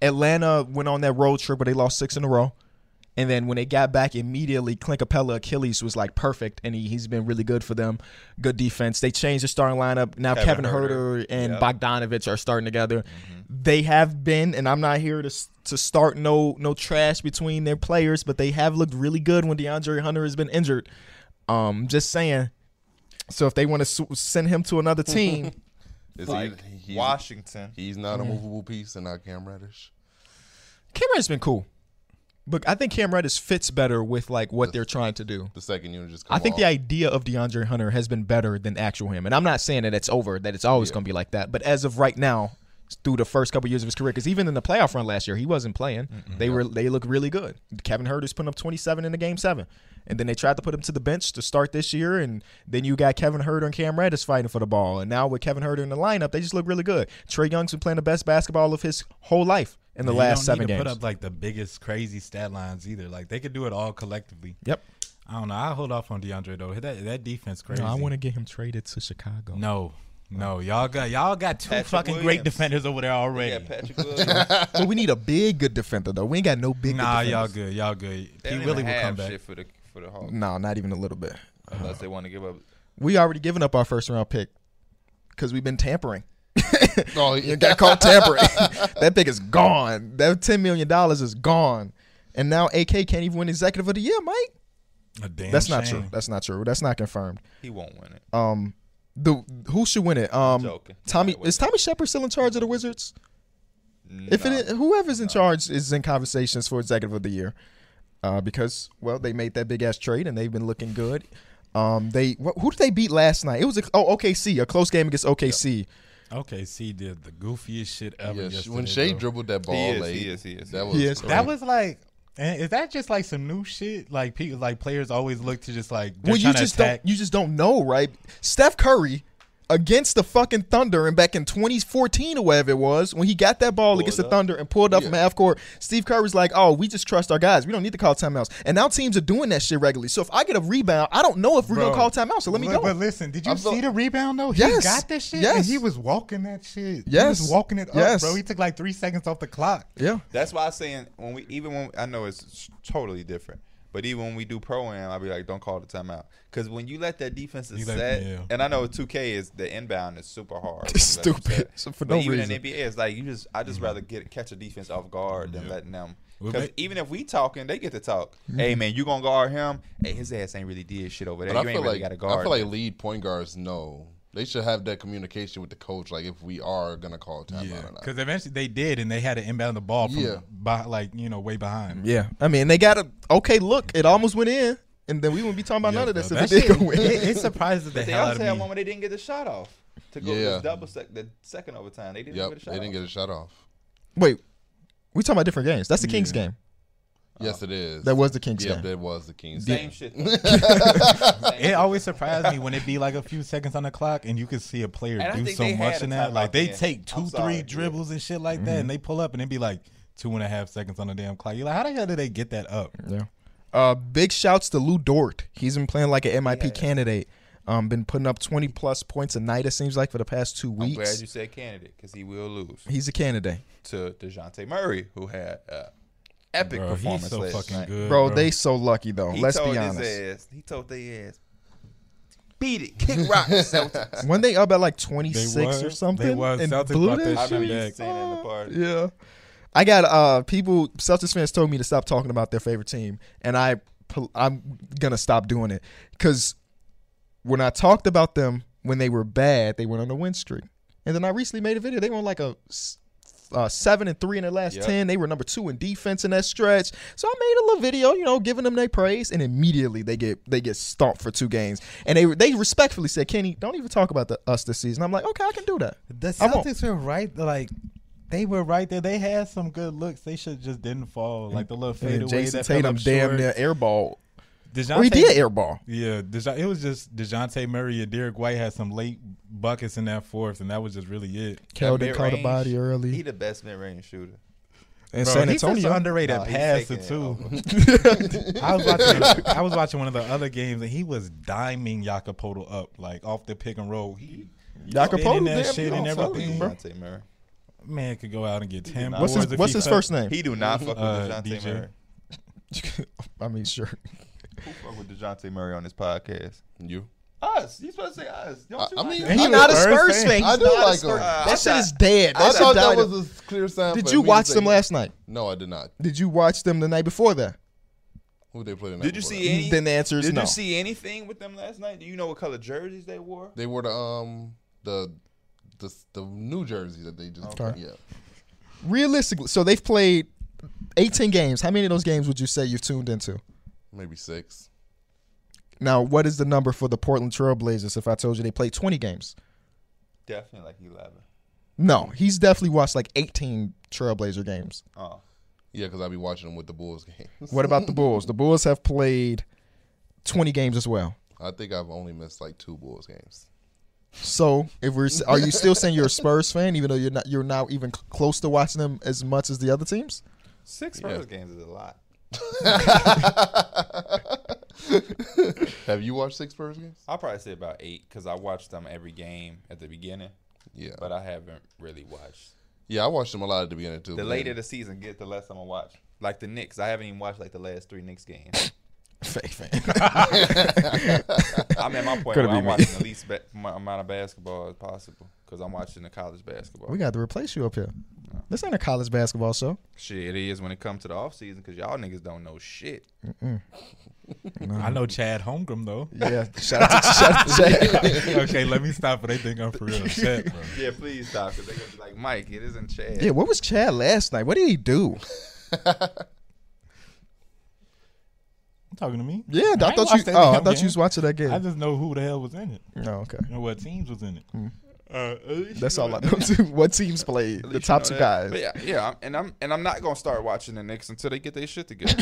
A: Atlanta went on that road trip where they lost six in a row, And then when they got back immediately, Clint Capella Achilles was like perfect, and he, he's been really good for them. Good defense. They changed the starting lineup. Now Kevin,
B: Kevin
A: Herter Mm-hmm.
B: Huerter.
A: and
B: Yep.
A: Bogdanovich are starting together. They have been, and I'm not here to s- to start no no trash between their players, but they have looked really good when DeAndre Hunter has been injured. Um, just saying. So if they want to s send him to another [laughs] team,
D: It's
B: like
D: either- he's,
B: Washington.
D: he's not a movable piece, and not Cam Reddish.
A: Cam Reddish has been cool, but I think Cam Reddish fits better with like what they're trying to do.
D: The second unit just. Come
A: I think
D: off.
A: the idea of DeAndre Hunter has been better than actual him, and I'm not saying that it's over, that it's always going to be like that. But as of right now, through the first couple years of his career, because even in the playoff run last year, he wasn't playing. They were they look really good. Kevin Herter's putting up 27 in the game seven, and then they tried to put him to the bench to start this year, and then you got Kevin Herter and Cam Reddish fighting for the ball, and now with Kevin Herter in the lineup, they just look really good. Trey Young's been playing the best basketball of his whole life in the
C: You
A: last
C: don't need
A: seven
C: to
A: games.
C: Put up like the biggest crazy stat lines either. Like they could do it all collectively.
A: yep.
C: I don't know. I hold off on DeAndre though. That that defense crazy.
A: wanna get him traded to Chicago.
C: No, no, y'all got y'all got two
B: Patrick
C: fucking
B: Williams.
C: great defenders over there already.
B: Yeah,
A: [laughs]
B: Patrick Williams.
A: [laughs] but we need a big good defender though. We ain't got no big.
C: nah,
A: good
C: y'all
A: defenders.
C: good. Y'all good.
B: They
C: He
B: don't
C: really
B: even
C: will come
B: have
C: back.
B: shit for the for the Hawks
A: No, not even a little bit.
B: unless they want to give up.
A: We already given up our first round pick because we've been tampering.
D: Oh,
A: You got called tampering. [laughs] that pick is gone. That ten million dollars is gone. And now AK can't even win executive of the year, Mike.
C: A damn
A: That's not
C: shame.
A: true. That's not true. That's not confirmed.
B: He won't win it.
A: Um, the who should win it? Um,
B: Joking.
A: Tommy
B: Nah, wait.
A: is Tommy Shepard still in charge of the Wizards? If
B: Nah.
A: it is, whoever's in charge is in conversations for executive of the year, uh, because well they made that big ass trade and they've been looking good. Um, they wh- who did they beat last night? It was a, oh OKC, a close game against OKC.
C: Okay, C did the goofiest shit ever.
D: Yeah,
C: yesterday,
D: when Shea
C: bro.
D: dribbled that ball
B: is,
D: late,
B: he is, he is,
D: that
B: he
D: was
A: is. He is.
D: crazy.
C: that was like. And is that just like some new shit? Like people, like players always look to just like they're
A: Well, you
C: tryna
A: just
C: attack.
A: don't you just don't know, right? Steph Curry against the fucking Thunder and back in 2014 or whatever it was when he got that ball against the
B: up.
A: Thunder and pulled up from
D: Yeah.
A: half court. Steve Curry's like, "Oh, we just trust our guys. We don't need to call timeouts." And now teams are doing that shit regularly. So if I get a rebound, I don't know if we're
C: Bro,
A: gonna call timeouts. So let me
C: look,
A: go.
C: But listen, did you
D: I thought-
C: see the rebound though? He
A: Yes.
C: got that shit.
A: Yes.
C: And he was walking that shit.
A: Yes.
C: He was walking it up,
A: Yes.
C: bro. He took like three seconds off the clock.
A: yeah.
B: That's why I'm saying when we even when I know it's totally different, but even when we do pro am, I'll be like, don't call the timeout because when you let that defense is
C: You let-
B: set,
C: yeah.
B: and I know 2K is the inbound is super
D: [laughs]
B: hard. when
A: It's
B: you let them
A: stupid.
B: set.
A: So for
B: but
A: no
B: even
A: reason.
B: in NBA, it's like you just I just rather get catch a defense off guard than letting them.
C: Mm-hmm. We'll
B: Because
C: make-
B: even if we talking, they get to talk. Hey man, you gonna guard him? Hey, his ass ain't really did shit over there.
D: Mm-hmm. But I
B: you
D: feel
B: ain't really
D: like
B: got to guard.
D: I feel
B: him.
D: like lead point guards know they should have that communication with the coach. Like if we are gonna call a timeout
C: Yeah,
D: or not.
C: because eventually they did, and they had to inbound the ball from
D: Yeah.
C: by, like you know way behind.
A: Yeah, I mean they got a okay look. It almost went in, and then we wouldn't be talking about
C: Yeah,
A: none of this
C: bro,
A: if
C: that
A: it did
C: shit-
A: go in.
C: It, it surprises the
B: They
C: hell out
B: also had
C: of
B: one
C: me.
B: where they didn't get the shot off to go
D: Yeah.
B: yeah. double sec the second overtime. They didn't
D: Yep,
B: get a shot.
D: they didn't
B: off.
D: get a shot off.
A: Wait, we talking about different games? That's the Kings game.
D: Yes, it is.
A: That was the Kings
D: Yep,
A: game.
D: that was the Kings.
B: Same
D: game.
B: shit.
D: [laughs]
C: It always surprised me when it be like a few seconds on the clock, and you can see a player
B: And I
C: do
B: think
C: so
B: they had
C: much
B: a
C: in that.
B: timeout
C: Like they
B: then.
C: take
B: I'm sorry,
C: two, three
B: yeah. Mm-hmm.
C: dribbles and shit like that, and they pull up, and it be like two and a half seconds on the damn clock. You're like, how the hell did they get that up?
A: Yeah. Uh, big shouts to Lou Dort. He's been playing like an MIP candidate. Um, been putting up twenty plus points a night. It seems like for the past two
B: I'm glad
A: weeks.
B: you said candidate because he will lose
A: He's a candidate,
B: to Dejounte Murray, who had uh, epic
C: Bro,
B: performance
C: he's so
B: last
C: fucking
B: night.
C: good,
A: bro. They so lucky though.
B: He
A: Let's
B: told
A: be
B: his
A: honest.
B: ass. He told their ass, beat it, kick rock. Celtics."
A: When they up at like twenty
C: They
A: six
C: was-
A: or
C: they
A: something,
C: was.
A: and
C: Celtics
A: blew
C: brought
A: that
C: that
B: I
A: shit.
B: remember you
C: back.
B: saying that in the party.
A: Yeah. I got uh people Celtics fans told me to stop talking about their favorite team and I pol- I'm going to stop doing it cuz when I talked about them when they were bad, they went on a win streak. And then I recently made a video. They were on like a s- uh, seven and three in their last
B: Yep.
A: ten. They were number two in defense in that stretch. So I made a little video, you know, giving them their praise, and immediately they get they get stomped for two games. And they they respectfully said, "Kenny, don't even talk about the, us this season." I'm like, okay, I can do that.
C: The
A: I won't.
C: Celtics were right, like they were right there. They had some good looks. They should just didn't fall, like the little
A: And then
C: fadeaway.
A: Jason
C: that fell
A: Tatum
C: up
A: damn
C: short.
A: near airball
C: Dejounte,
A: Or he did airball.
C: Yeah, Dejo- it was just Dejounte Murray and Derek White had some late buckets in that fourth, and that was just really it.
A: Keldon
B: That
A: caught a
B: mid-range,
A: body early.
B: He the best mid range shooter.
A: and
C: Bro,
A: San
C: he's such an
A: Antonio.
C: underrated
B: Nah, he's
C: passer
B: taking it
C: too.
B: over.
A: [laughs]
C: [laughs] I was watching. I was watching one of the other games, and he was diming Jacopoto up like off the pick and roll. He,
A: Jacopo,
C: Spinning that
A: damn,
C: shit
A: you
C: and
A: don't fuck with
C: everything.
A: him, bro.
B: Dejounte Murray.
C: man could go out and get ten.
A: What's his
C: boards if
A: What's
C: he
A: his
C: cut.
A: first name?
B: He do not fuck with
C: Uh,
B: Dejounte
C: DJ.
B: Murray.
A: [laughs] I mean, sure.
B: Who fuck with Dejounte Murray on this podcast?
D: You?
B: Us. You supposed to say us? Don't
D: I-
B: you
D: I
B: like
D: mean,
B: us?
C: And
A: He's
C: he
A: not a
C: was
A: Spurs
C: Spurs
A: fan.
C: fan.
A: He's
D: I do
A: not a
D: like
A: Spurs-
D: him.
A: That
B: I
A: shit
B: thought-
A: is dead.
D: I
A: That shit
D: thought that
A: died.
D: was a clear sign.
A: Did
D: for
A: you
D: me to
A: watch
D: say
A: them
D: no.
A: last night?
D: No, I did not.
A: Did you watch them the night before that?
D: Who they played? the night
B: Did you
D: before
B: see
D: that?
B: any?
A: Then the answer is
B: did
A: no.
B: you see anything with them last night? Do you know what color jerseys they wore?
D: They were the um the the the New Jersey that they just
A: Okay.
D: yeah.
A: Realistically, so they've played 18 games. How many of those games would you say you've tuned into?
D: Maybe six.
A: Now, what is the number for the Portland Trailblazers if I told you they played 20 games?
B: Definitely like eleven.
A: No, he's definitely watched like 18 Trailblazer games.
B: Oh,
D: Yeah, because I be watching them with the Bulls [laughs] games.
A: What about the Bulls? The Bulls have played 20 games as well.
D: I think I've only missed like two Bulls games.
A: So, if we're are you still saying you're a Spurs fan even though you're not you're now even cl- close to watching them as much as the other teams?
B: six Spurs games is a lot.
D: Have you watched six Spurs games?
B: I'll probably say about eight because I watched them every game at the beginning,
D: Yeah,
B: but I haven't really watched.
D: yeah, I watched them a lot at the beginning too.
B: The
D: but
B: later the season gets, the less I'm gonna watch. Like the Knicks, I haven't even watched like the last three Knicks [laughs] games.
A: Fake fan.
B: I'm at my point
A: Coulda
B: where I'm
A: been me.
B: watching the least ba- m- amount of basketball as possible because I'm watching the college basketball.
A: [laughs] we got to replace you up here. This ain't a college basketball show.
B: shit, it is when it comes to the off season because y'all niggas don't know shit.
C: I know Chad
A: [laughs]
C: Holmgren though.
A: Yeah, shout out to, shout out to Jack.
C: okay, let me stop. But they think I'm for real. Shit, bro.
B: Yeah, please stop because they gonna be like, Mike, it isn't
A: [laughs]
B: Chad.
A: Yeah, what was Chad last night? What did he do?
C: You talking to me.
A: Yeah, I,
C: ain't
A: thought you.
C: watched that
A: Oh, I
C: damn
A: thought you
C: game.
A: was watching that
C: I
A: game.
C: just know who the hell was in it
A: Oh, okay.
C: and what teams was in it.
A: Hmm.
C: Uh, at least
A: That's
B: you
A: all I know. Too. What teams
B: [laughs]
A: played? The
B: least
A: top
B: you
A: two
B: know
A: guys.
B: that. But yeah, yeah, I'm, and I'm and I'm not gonna start watching the Knicks until they get their shit
A: [laughs]
B: together.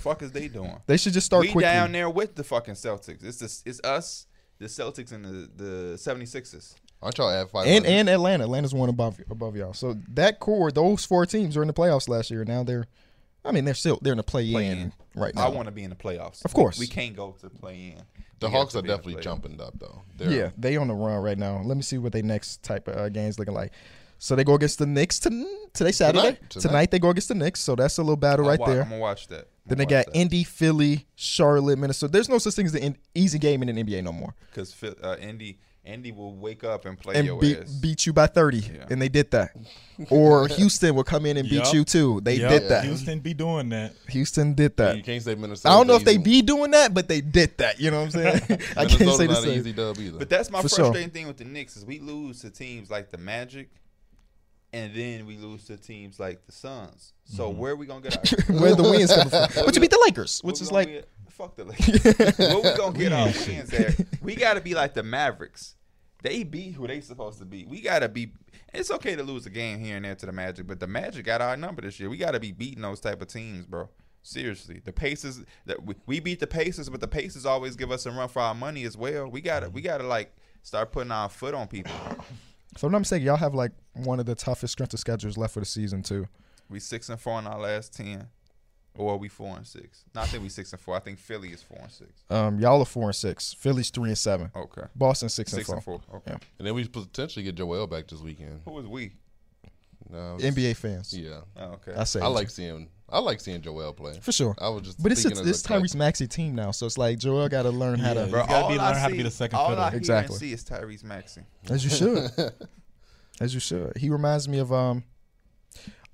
B: Fuck is they doing?
A: They should just start
B: we
A: quickly.
B: down there with the fucking Celtics. It's this, it's us, the Celtics and the the 76ers.
D: aren't y'all at five?
A: and and Atlanta. Atlanta's one above above y'all. So that core, those four teams were in the playoffs last year. Now they're, I mean, they're still they're in the play in
B: Play-in.
A: right
B: I
A: now.
B: want to be in the playoffs.
A: Of course.
B: we, we can't go to play in.
D: the
B: We have
D: Hawks
B: to
D: are
B: be in the
D: definitely
B: playoffs.
D: jumping up though. They're,
A: yeah, they on the run right now. Let me see what they next type of uh, games looking like. So they go against the Knicks ton- today Saturday. Tonight,
D: Tonight. Tonight.
A: they go against the Knicks. So that's a little battle
B: I'll
A: right
B: wa-
A: there.
B: I'm gonna watch that.
A: then they got Indy, Philly, Charlotte, Minnesota. There's no such thing as the in- easy game in an NBA no more.
B: because uh, Indy Indy will wake up and play
A: and
B: your
A: beat,
B: ass.
A: beat you by 30
B: Yeah.
A: and they did that
C: [laughs]
A: or houston will come in and beat
C: Yup.
A: you too they
C: Yup,
A: did that
C: Houston be doing that.
A: [laughs] houston did that
D: you can't say Minnesota.
A: i don't know if they
D: easy-
A: be doing that but they did that you know what i'm saying [laughs] i can't
D: Minnesota's
A: say the
D: not an
A: same
D: easy dub either.
B: But that's my
A: For sure.
B: frustrating thing with the Knicks is we lose to teams like the Magic, and then we lose to teams like the Suns. So
A: Mm-hmm.
B: where are we gonna
A: [laughs]
B: get our?
A: where the wins coming [laughs] from but you beat the lakers
B: where
A: which
B: we
A: is
B: gonna
A: like
B: get- fuck the Lakers. where we gonna get our
C: ain't
B: wins at? We gotta be like the Mavericks. They be who they supposed to be. We gotta be. It's okay to lose a game here and there to the Magic, but the Magic got our number this year. We gotta be beating those type of teams, bro. Seriously, the Pacers. That we- we beat the Pacers, but the Pacers always give us a run for our money as well. We gotta, we gotta like start putting our foot on people.
A: if i'm not mistaken y'all have like one of the toughest strength of schedules left for the season too
B: We six and four in our last ten, or are we four and six? No, I think we six and four. I think Philly is four and six.
A: um y'all are four and six philly's three and seven
B: Okay,
A: boston six,
B: six
A: and
B: and
A: four,
B: four. Okay,
A: Yeah.
D: and then we potentially get Joel back this weekend.
B: who is we?
D: No,
A: nba fans
D: Yeah,
B: Oh, okay.
A: i say
D: I like seeing I like seeing Joel play.
A: for sure
D: I was just
A: but it's
D: thinking
A: it's,
D: of
A: it's
D: the, like,
A: Tyrese Maxey team now, so it's like Joel got to learn how to,
C: Yeah. gotta be- learn how to be the second
B: all
C: fiddle.
B: I hear
A: Exactly.
B: and see is Tyrese Maxey.
A: [laughs] as you should, as you should. He reminds me of um,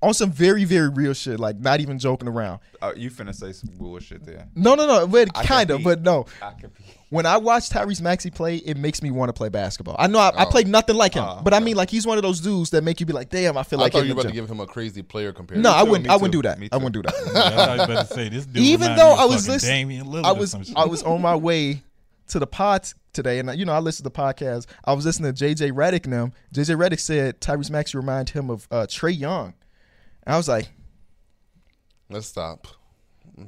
A: on some very very real shit, like not even joking around.
B: Uh, you finna say some bullshit there.
A: No, no, no, but
B: I
A: kind of, but
B: compete.
A: no.
B: I could be.
A: When I watch Tyrese Maxey play, it makes me want to play basketball. I know I, I
D: Oh.
A: played nothing like him,
B: Oh,
A: but I mean, like he's one of those dudes that make you be like, damn, I feel
D: I
A: like.
D: thought
A: him
D: you
A: in
D: were about
A: the
D: to
A: gym.
D: give him a crazy player comparison.
A: no, I
B: too,
A: wouldn't.
B: me
A: I wouldn't
B: too,
A: do that.
B: me
A: I
B: too.
A: wouldn't do that.
C: Yeah, I thought you were about to say this dude.
A: Even
C: remind
A: though
C: me of
A: I was
C: fucking
A: listening-
C: Damian Lillard
A: I
C: or
A: was
C: some shit.
A: I was on my way to the pod today, and you know I listened to the podcast. I was listening to JJ Redick and them. JJ Redick said Tyrese Maxey reminded him of uh, Trey Young. And I was like,
D: Let's stop.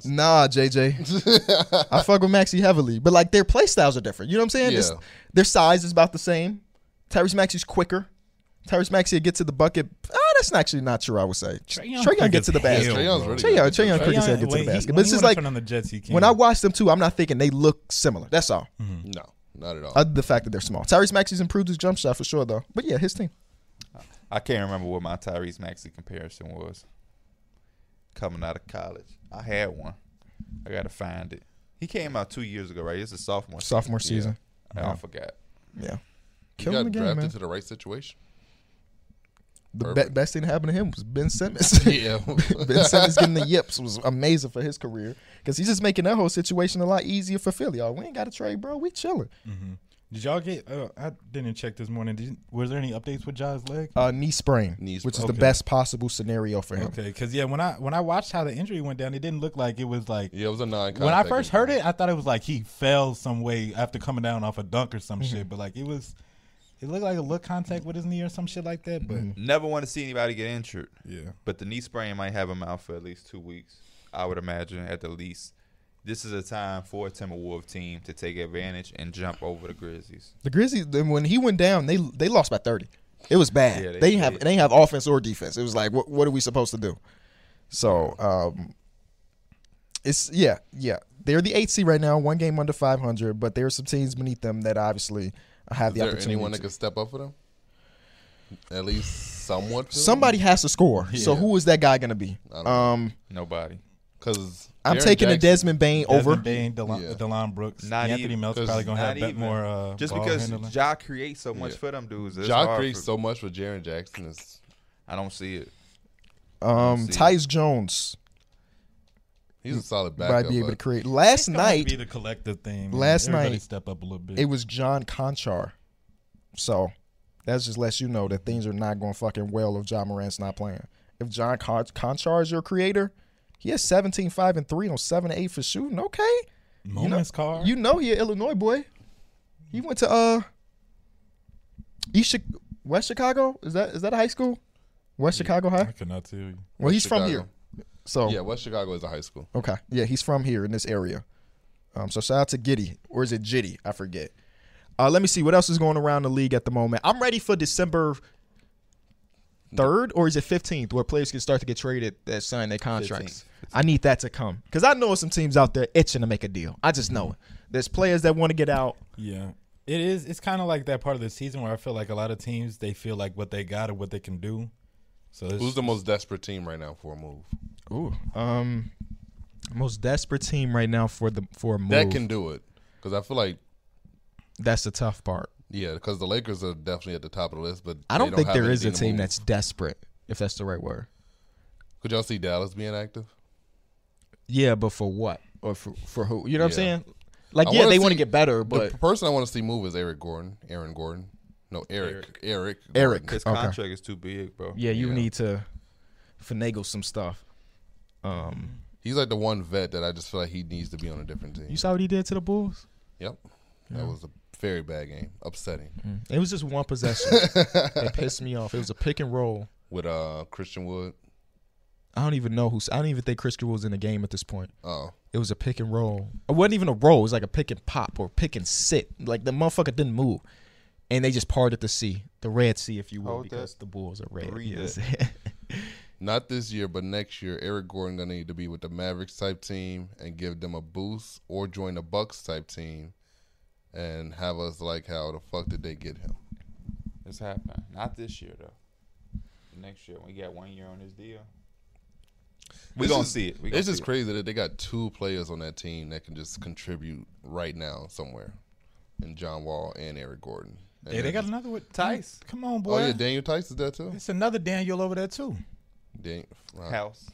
A: Nah,
D: [laughs]
A: JJ. I fuck with Maxi heavily, but like their play styles are different. You know what I'm saying?
D: Yeah.
A: It's- their size is about the same. Tyrese Maxey's quicker. Tyrese Maxey gets to the bucket. Oh, that's actually not true. I would say Trey Young,
C: quick
A: gets to the
C: as hell,
A: basket.
D: Trae Young's
C: bro.
D: really
A: Trae Young, Trae Young
C: Trae
A: quick as hell
C: Young,
A: get to
C: when
A: the
C: he-
A: basket.
C: when
A: But it's
C: he
A: just
C: wanna
A: like
C: turn on the Mm. Jets, he can.
A: when I watch them too, I'm not thinking they look similar. That's all.
C: Hmm.
D: No, not at all.
A: Other than the fact that they're small. Tyrese Maxey's improved his jump shot for sure though. But yeah, his team.
B: I can't remember what my Tyrese Maxey comparison was. coming out of college. I had one. I gotta find it. He came out two years ago, right? It's a sophomore. season.
A: Sophomore season.
B: I forgot.
A: Yeah.
D: He got
A: Killing the game,
D: drafted
A: man.
D: to the
A: [laughs]
D: right situation.
A: The be-
D: Perfect.
A: best thing that happened to him was Ben Simmons.
D: [laughs] Yeah.
A: [laughs] ben Simmons getting the yips was amazing for his career because he's just making that whole situation a lot easier for Philly. Y'all, we ain't got to trade, bro. We chilling.
D: Mm-hmm.
C: Did y'all get? Uh, I didn't check this morning. Did, was there any updates with Ja's leg?
A: Uh, knee sprain,
D: Knee
A: which is
D: sprain.
A: the
C: Okay.
A: best possible scenario for him.
C: Okay, because yeah, when I when I watched how the injury went down, it didn't look like it was like.
D: Yeah, it was a non.
C: When I first heard it, I thought it was like he fell some way after coming down off a dunk or some shit. But like it was, it looked like a look contact with his knee or some shit like that. But
B: Never want to see anybody get injured.
C: Mm-hmm. yeah,
B: But the knee sprain might have him out for at least two weeks, I would imagine, at the least. This is a time for a Timberwolves team to take advantage and jump over the Grizzlies.
A: The Grizzlies, then when he went down, they they lost by thirty. It was bad.
B: Yeah,
A: they
B: they
A: didn't have
B: did.
A: they didn't have offense or defense. It was like, what what are we supposed to do? So, um, it's yeah, yeah. They're the eight seed right now, one game under five hundred. But there are some teams beneath them that obviously have
D: Is
A: the
D: there
A: opportunity.
D: anyone
A: to-
D: that could step up for them? At least somewhat.
A: Somebody has to score. So
D: Yeah.
A: who is that guy going to be?
D: I don't know.
A: Um,
B: Nobody.
D: because
A: I'm taking the Desmond Bain over.
C: Desmond Bain, Delon,
D: Yeah.
C: Delon Brooks,
B: Not
C: Anthony
B: even-
C: Mel's
D: 'cause
C: probably gonna have
B: not
C: bet
B: even.
C: more. Uh,
B: Just
C: ball
B: because
C: handling.
B: Ja creates so much
D: Yeah.
B: for them dudes. it's
D: Ja
B: hard
D: creates
B: for-
D: so much with Jaron Jackson. Is
B: I don't see it.
A: Um,
B: See.
A: Tyus Jones
D: he's a solid backup.
A: might be able to
D: but
A: create. Last
C: It's gonna have to
A: night
C: be the collective thing.
A: last night,
C: step up a little bit.
A: it was John Conchar. So that just lets you know that things are not going fucking well if John Morant's not playing. If John Con- Conchar is your creator, he has 17, 5, and 3 on 7 and 8 for shooting. Okay.
C: moments card.
A: You know he an Illinois boy. He went to uh East Chi- West Chicago. Is that is that a high school? West Chicago
C: I
A: High.
C: cannot tell you.
A: Well, he's from
D: Chicago.
A: here. So
D: yeah, West Chicago is a high school.
A: okay, yeah, he's from here in this area. Um, so shout out to Giddy or is it Jitty? I forget. Uh, let me see what else is going around the league at the moment. I'm ready for December third or is it 15th where players can start to get traded that sign their contracts. I need that to come because I know some teams out there itching to make a deal. I just know it. There's players that want to get out.
C: Yeah. It is. It's kind of like that part of the season where I feel like a lot of teams they feel like what they got or what they can do. So it's,
D: Who's the most desperate team right now for a move
A: Ooh. Um, most desperate team right now for the for a move.
D: that can do it? Because I feel like
A: That's the tough part.
D: yeah, because the Lakers are definitely at the top of the list, but
A: I
D: they
A: don't think
D: have
A: there is a
D: anything to
A: team
D: move.
A: that's desperate, if that's the right word.
D: Could y'all see Dallas being active?
A: Yeah, but for what or for, for who? You know what
D: Yeah.
A: I'm saying? Like,
D: I
A: yeah,
D: wanna
A: they want to
D: see
A: get better,
D: The
A: but
D: person I want to see move is Eric Gordon. Aaron Gordon. No, Eric. Eric.
A: Eric.
B: His
A: Okay.
B: contract is too big, bro.
A: yeah, you
D: Yeah.
A: need to finagle some stuff. Um,
D: He's like the one vet that I just feel like he needs to be on a different team.
A: you saw what he did to the Bulls.
D: Yep. That was a very bad game. Upsetting.
A: It was just one
D: [laughs]
A: possession. it pissed me off. It was a pick and roll.
D: With uh Christian Wood.
A: I don't even know who's. I don't even think Chris Giroux was in the game at this point.
D: Oh.
A: It was a pick and roll. It wasn't even a roll. It was like a pick and pop or pick and sit. Like the motherfucker didn't move, and they just parted the sea, the Red Sea, if you will,
B: Hold
A: because the Bulls are red.
B: Read
A: Yes. [laughs]
D: Not this year, but next year, Eric Gordon gonna need to be with the Mavericks type team and give them a boost or join the Bucks type team and have us like how the fuck did they get him?
B: It's happening. Not this year though. Next year, we got one year on this deal. We
D: This
B: gonna
D: is-
B: see it. We gonna
D: It's just
B: see it.
D: crazy that they got two players on that team that can just contribute right now somewhere. And John Wall and Eric Gordon. And
C: Hey, they
D: they're
C: got
D: just-
C: another with
B: Tice.
C: Come on,
D: Oh
C: boy.
D: yeah, Daniel Tice is there too.
C: it's another Daniel over there too.
D: Dan- uh,
B: House.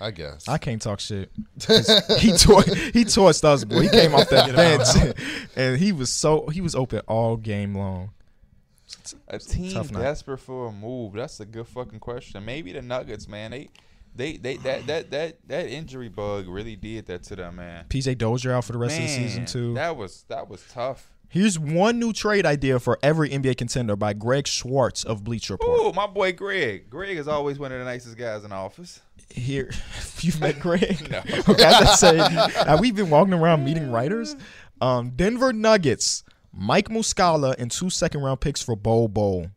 D: I guess.
A: I can't talk shit. 'Cause he tore he tore us, boy. He came off that bench, [laughs] and he was so he was open all game long.
B: A team
A: tough night.
B: desperate for a move. That's a good fucking question. Maybe the Nuggets, man. They, they, they that that that that injury bug really did that to them, man.
A: PJ Dozier out for the rest of the season
B: Man,
A: too.
B: That was that was tough.
A: Here's one new trade idea for every NBA contender by Greg Schwartz of Bleach Report.
B: Ooh, my boy Greg. Greg is always one of the nicest guys in the office.
A: here [laughs] you've met Greg. [laughs] okay, I was gonna say have we been walking around meeting writers? Um, Denver Nuggets, Mike Muscala, and two second round picks for Bowl Bowl.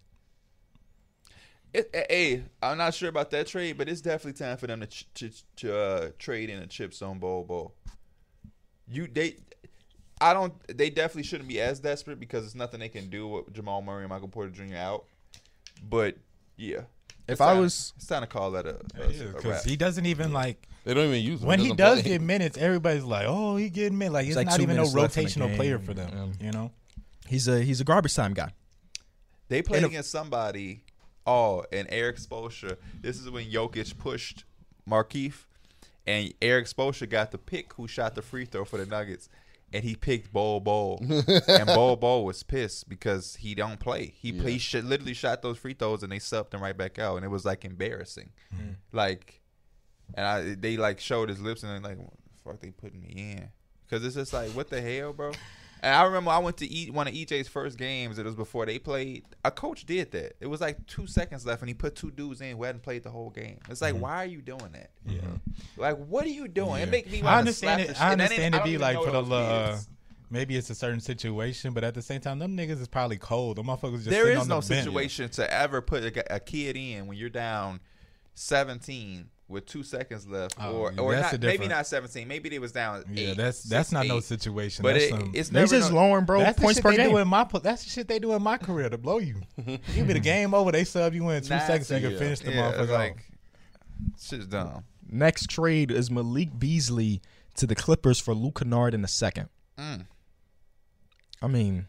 B: It, eh, hey, I'm not sure about that trade, but it's definitely time for them to ch- ch- ch- uh, trade in the chips on Bowl Bowl. You they, I don't. They definitely shouldn't be as desperate because it's nothing they can do with Jamal Murray and Michael Porter Jr. out. But yeah,
A: If
B: It's
A: I
B: time-
A: was
B: it's time to call that a, a, a
C: because
B: wrap.
C: he doesn't even like
D: They don't even use him.
C: when he
D: doesn't
C: does
D: play.
C: get minutes. Everybody's like, "Oh, he getting minutes." Like it's,
A: like
C: not
A: two
C: even no
A: minutes left in the
C: rotational
A: game.
C: player for them. You know,
A: he's a he's a garbage time guy.
B: They played
A: And a-
B: against somebody. Oh, and Eric Spoelstra. This is when Jokic pushed Markeith, and Eric Spoelstra got the pick who shot the free throw for the Nuggets, and he picked Bol Bol, and Bol Bol was pissed because he don't play. He play, he sh- literally shot those free throws, and they subbed him right back out, and it was like embarrassing, like, and I they like showed his lips and like, fuck, they putting me in. Cause it's just like, what the hell, bro? And I remember I went to e- one of EJ's first games. It was before they played. A coach did that. It was like two seconds left, and he put two dudes in who hadn't played the whole game. It's
C: Mm-hmm.
B: like, why are you doing that? Yeah. Like, what are you doing? It make me.
C: I
B: wanna slap
C: understand
B: the
C: it.
B: shit- and
C: I
B: didn't-
C: understand
B: I
C: it
B: don't
C: be
B: even
C: like
B: know
C: for the uh,
B: those
C: love.
B: kids.
C: Maybe it's a certain situation, but at the same time, them niggas is probably cold. Them motherfuckers just
B: There
C: sitting
B: is
C: on
B: no
C: the bench.
B: situation to ever put a, g- a kid in when you're down 17 with two seconds left,
C: Oh,
B: or
C: yeah,
B: or
C: that's
B: not,
C: a
B: maybe
C: different-
B: not 17. Maybe they was down.
C: Yeah,
B: eight,
C: that's
B: six,
C: that's not no
B: eight.
C: situation.
B: But
C: that's
B: it,
C: some-
B: it's
A: They
B: never
A: just
B: no-
A: lowering bro
C: that's
A: points
C: the shit
A: per
C: they
A: game.
C: do in my. po- That's the shit they do in my career to blow you. You be the game over. They sub you in two
B: Nah,
C: seconds. They
B: yeah.
C: can finish the
B: Yeah,
C: motherfucker.
B: Like,
C: off.
B: shit's dumb.
A: Next trade is Malik Beasley to the Clippers for Luke Kennard in a second.
B: Mm.
A: I mean,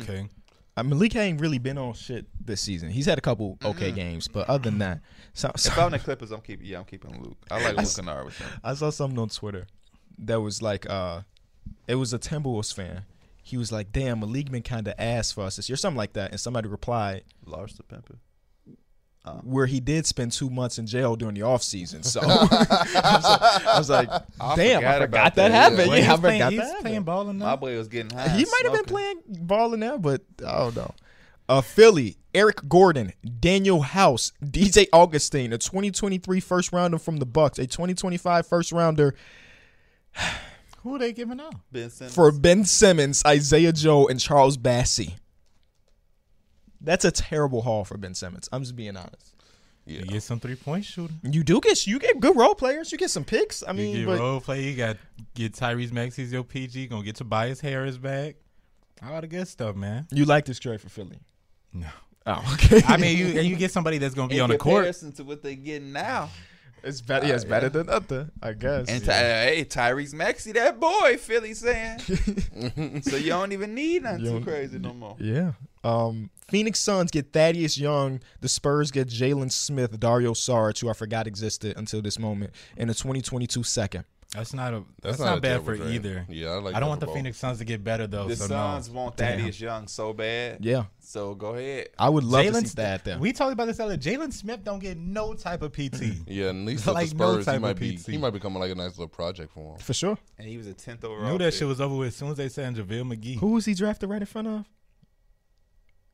C: Okay.
A: uh, Malik ain't really been on shit this season. He's had a couple okay games, but other than that, so, so-
B: If I'm the Clippers, I'm keeping. Yeah, I'm keeping Luke. I like Luke
A: s-
B: Kennard with them.
A: I saw something on Twitter that was like, uh, it was a Timberwolves fan. He was like, "Damn, Malik been kind of ass for us this year," something like that. And somebody replied,
B: Lars the Pimper.
A: "Where he did spend two months in jail during the off season." So [laughs] I was like, I was like "Damn, I
B: forgot about
A: forgot that,
B: that.
A: happened."
C: Well, he's
A: Yeah, I
C: playing,
A: forgot
C: he's
A: that. happened.
C: playing ball enough.
B: My boy was getting high.
A: He
B: and
A: might have been
B: smoking.
A: playing ball in there, but I don't know. Uh, Philly, Eric Gordon, Daniel House, DJ Augustine, a 2023 first rounder from the Bucks, a 2025 first rounder
C: Who they giving out?
B: Ben Simmons.
A: for Ben Simmons, Isaiah Joe, and Charles Bassey. That's a terrible haul for Ben Simmons. I'm just being honest.
C: You get some three point shooting.
A: You do get you get good role players. You get some picks. I
C: You
A: mean,
C: get
A: but
C: role play. You got get Tyrese Maxey's your PG. Gonna get Tobias Harris back. All the good stuff, man.
A: you like this trade for Philly.
C: No.
A: Oh, okay.
C: I mean, you and you get somebody that's gonna be
B: In
C: on the court.
B: comparison to what they getting now.
A: [laughs] it's better. Yeah, it's better than nothing, I guess.
B: And Ty- hey, Tyrese Maxey, that boy, Philly saying.
A: [laughs]
B: so you don't even need nothing
A: You
B: too
A: don't-
B: crazy no more.
A: Yeah. Um, Phoenix Suns get Thaddeus Young. The Spurs get Jalen Smith, Dario Saric, who I forgot existed until this moment, in the 2022 second.
C: That's not a. That's,
D: That's,
C: not,
D: a
C: bad
D: terrible
C: for
D: trade.
C: either.
D: Yeah, I like.
C: I
D: that
C: don't want the
D: for both.
C: Phoenix Suns to get better though.
B: The
C: so
B: Suns
C: no.
B: want Thaddeus Young so bad.
A: Yeah.
B: So go ahead.
A: I would love to
C: Jalen
A: see that
C: Smith.
A: then.
C: We talked about this earlier. Jalen Smith don't get no type of
D: [laughs]
C: PT.
D: Yeah, and
C: [laughs]
D: at least with
C: Like,
D: the
C: no
D: Spurs,
C: type
D: he
C: of
D: might be
C: PT.
D: he might become like a nice little project for him.
A: For sure.
B: And he was a 10th overall.
C: Knew that
B: pick.
C: shit was over with as soon as they signed JaVale McGee.
A: Who was he drafted right in front of?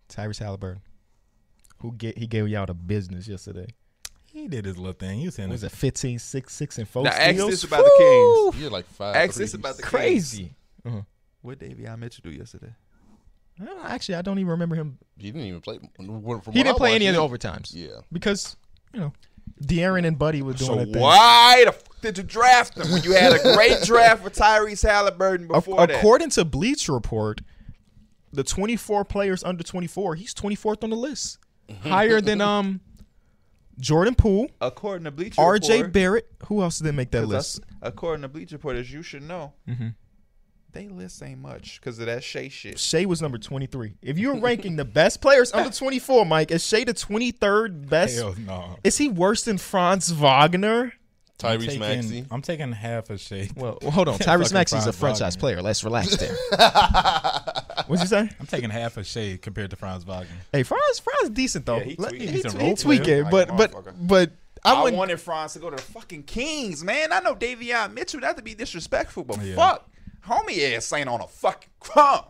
A: Tyrese Halliburton. Who get, he gave y'all the business yesterday.
C: He did his little thing. He was saying
A: Was it 15, 6, 6, and 4
B: Now, ask
A: steals?
B: this about the Kings.
A: Woo!
D: He had like five.
B: Ask this
D: threes.
B: about the
A: Crazy. Uh-huh.
B: What did Davion Mitchell do yesterday?
A: Well, Actually, I don't even remember him.
D: He didn't even play. From what
A: He didn't
D: I
A: play
D: watched,
A: any
D: he
A: of the
D: didn't-
A: overtimes.
D: Yeah.
A: Because, you know, De'Aaron and Buddy were doing
B: So
A: that thing.
B: why the f- did you draft him when you had a great draft for Tyrese Halliburton
A: Ac-
B: before that?
A: according to Bleach Report, the 24 players under 24, he's 24th on the list, higher than um Jordan Poole,
B: According to Bleacher
A: R.J.
B: Report,
A: Barrett. Who else didn't make that
B: 'cause
A: list?
B: that's- according to Bleacher Report, as you should know,
A: Mm-hmm.
B: they list ain't much because of that Shea shit.
A: Shea was number 23. If you're ranking the best players under 24, Mike, is Shea the 23rd best?
C: Hell no.
A: Is he worse than Franz Wagner?
C: I'm
D: Tyrese
C: taking-
D: Maxey.
C: I'm taking half a shake.
A: Well, [laughs] hold on. Tyrese
C: Fucking
A: Maxey's a
C: Franz
A: franchise
C: Wagner.
A: player. Let's relax there. What'd you say?
C: I'm taking half a shade compared to Franz Wagner.
A: Hey, Franz, Franz decent though.
B: Yeah, he
A: Let-
B: tweaking.
A: he
C: He's a
A: tw-
C: role
A: he
C: player.
A: tweaking,
B: Like
A: but
B: a
A: but
B: motherfucker.
A: but
B: I,
A: I wouldn't.
B: wanted Franz to go to the fucking Kings, man. I know Davion Mitchell, not to be disrespectful, but
C: Yeah.
B: fuck. Homie ass ain't on a fucking crump.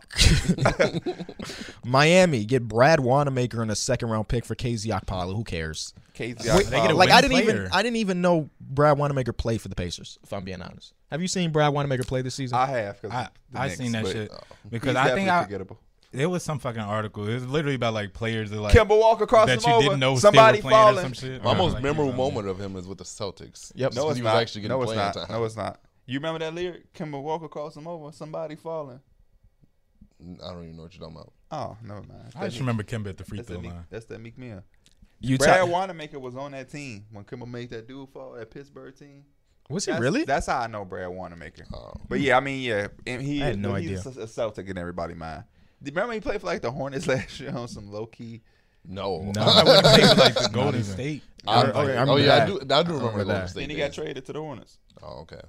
A: Miami get Brad Wanamaker in a second round pick for KZ Akpala. Who cares?
B: KZ,
C: Wait, they get a
A: like
C: wing
A: I didn't
C: player.
A: even I didn't even know Brad Wanamaker played for the Pacers. If I'm being honest, have you seen Brad Wanamaker play this season?
B: I have. 'cause
C: I,
B: the
C: I
B: Knicks,
C: seen that
B: but
C: shit
B: he's
C: because I think
B: definitely
C: I,
B: forgettable.
C: there was some fucking article. It was literally about like players that like
B: Kemba Walker crossed
C: that
B: him
C: you
B: over.
C: didn't know
B: Somebody
C: they were playing
B: falling.
C: or some shit.
D: My
C: Or,
D: most
C: like,
D: memorable
C: you know,
D: moment of him is with the Celtics.
A: Yep.
D: Just
A: No,
D: 'cause
B: No, it's
D: he was
B: not.
D: actually getting
B: no, it's
D: playing
B: not.
D: time.
B: No, it's not. You remember that lyric? Kimber Walker crossed him over. Somebody falling.
D: I don't even know what you're talking about.
B: Oh, never mind.
C: I just remember Kemba at the free
B: that's [laughs]
C: throw
B: that Meek,
C: line.
B: that's that Meek Mill.
A: You
B: Brad
A: ta-
B: Wanamaker was on that team when Kimmel made that dude fall, that Pittsburgh team.
A: was he
B: That's,
A: really?
B: That's how I know Brad Wanamaker.
D: Oh.
B: But yeah, I mean, yeah, and he
A: I had no
B: he's a a Celtic in everybody's mind. Do you Remember he played for like the Hornets [laughs] last year on some low key.
D: No. [laughs]
C: No, I wouldn't say it
A: [laughs]
C: was like the [laughs] Golden
A: even.
C: State.
D: I-
A: Okay, I
D: oh
A: remember
D: yeah, I
A: that.
D: do. I do remember,
A: remember
D: the Golden
A: that.
D: State.
B: Then he got
D: days.
B: traded to the Hornets.
D: Oh okay.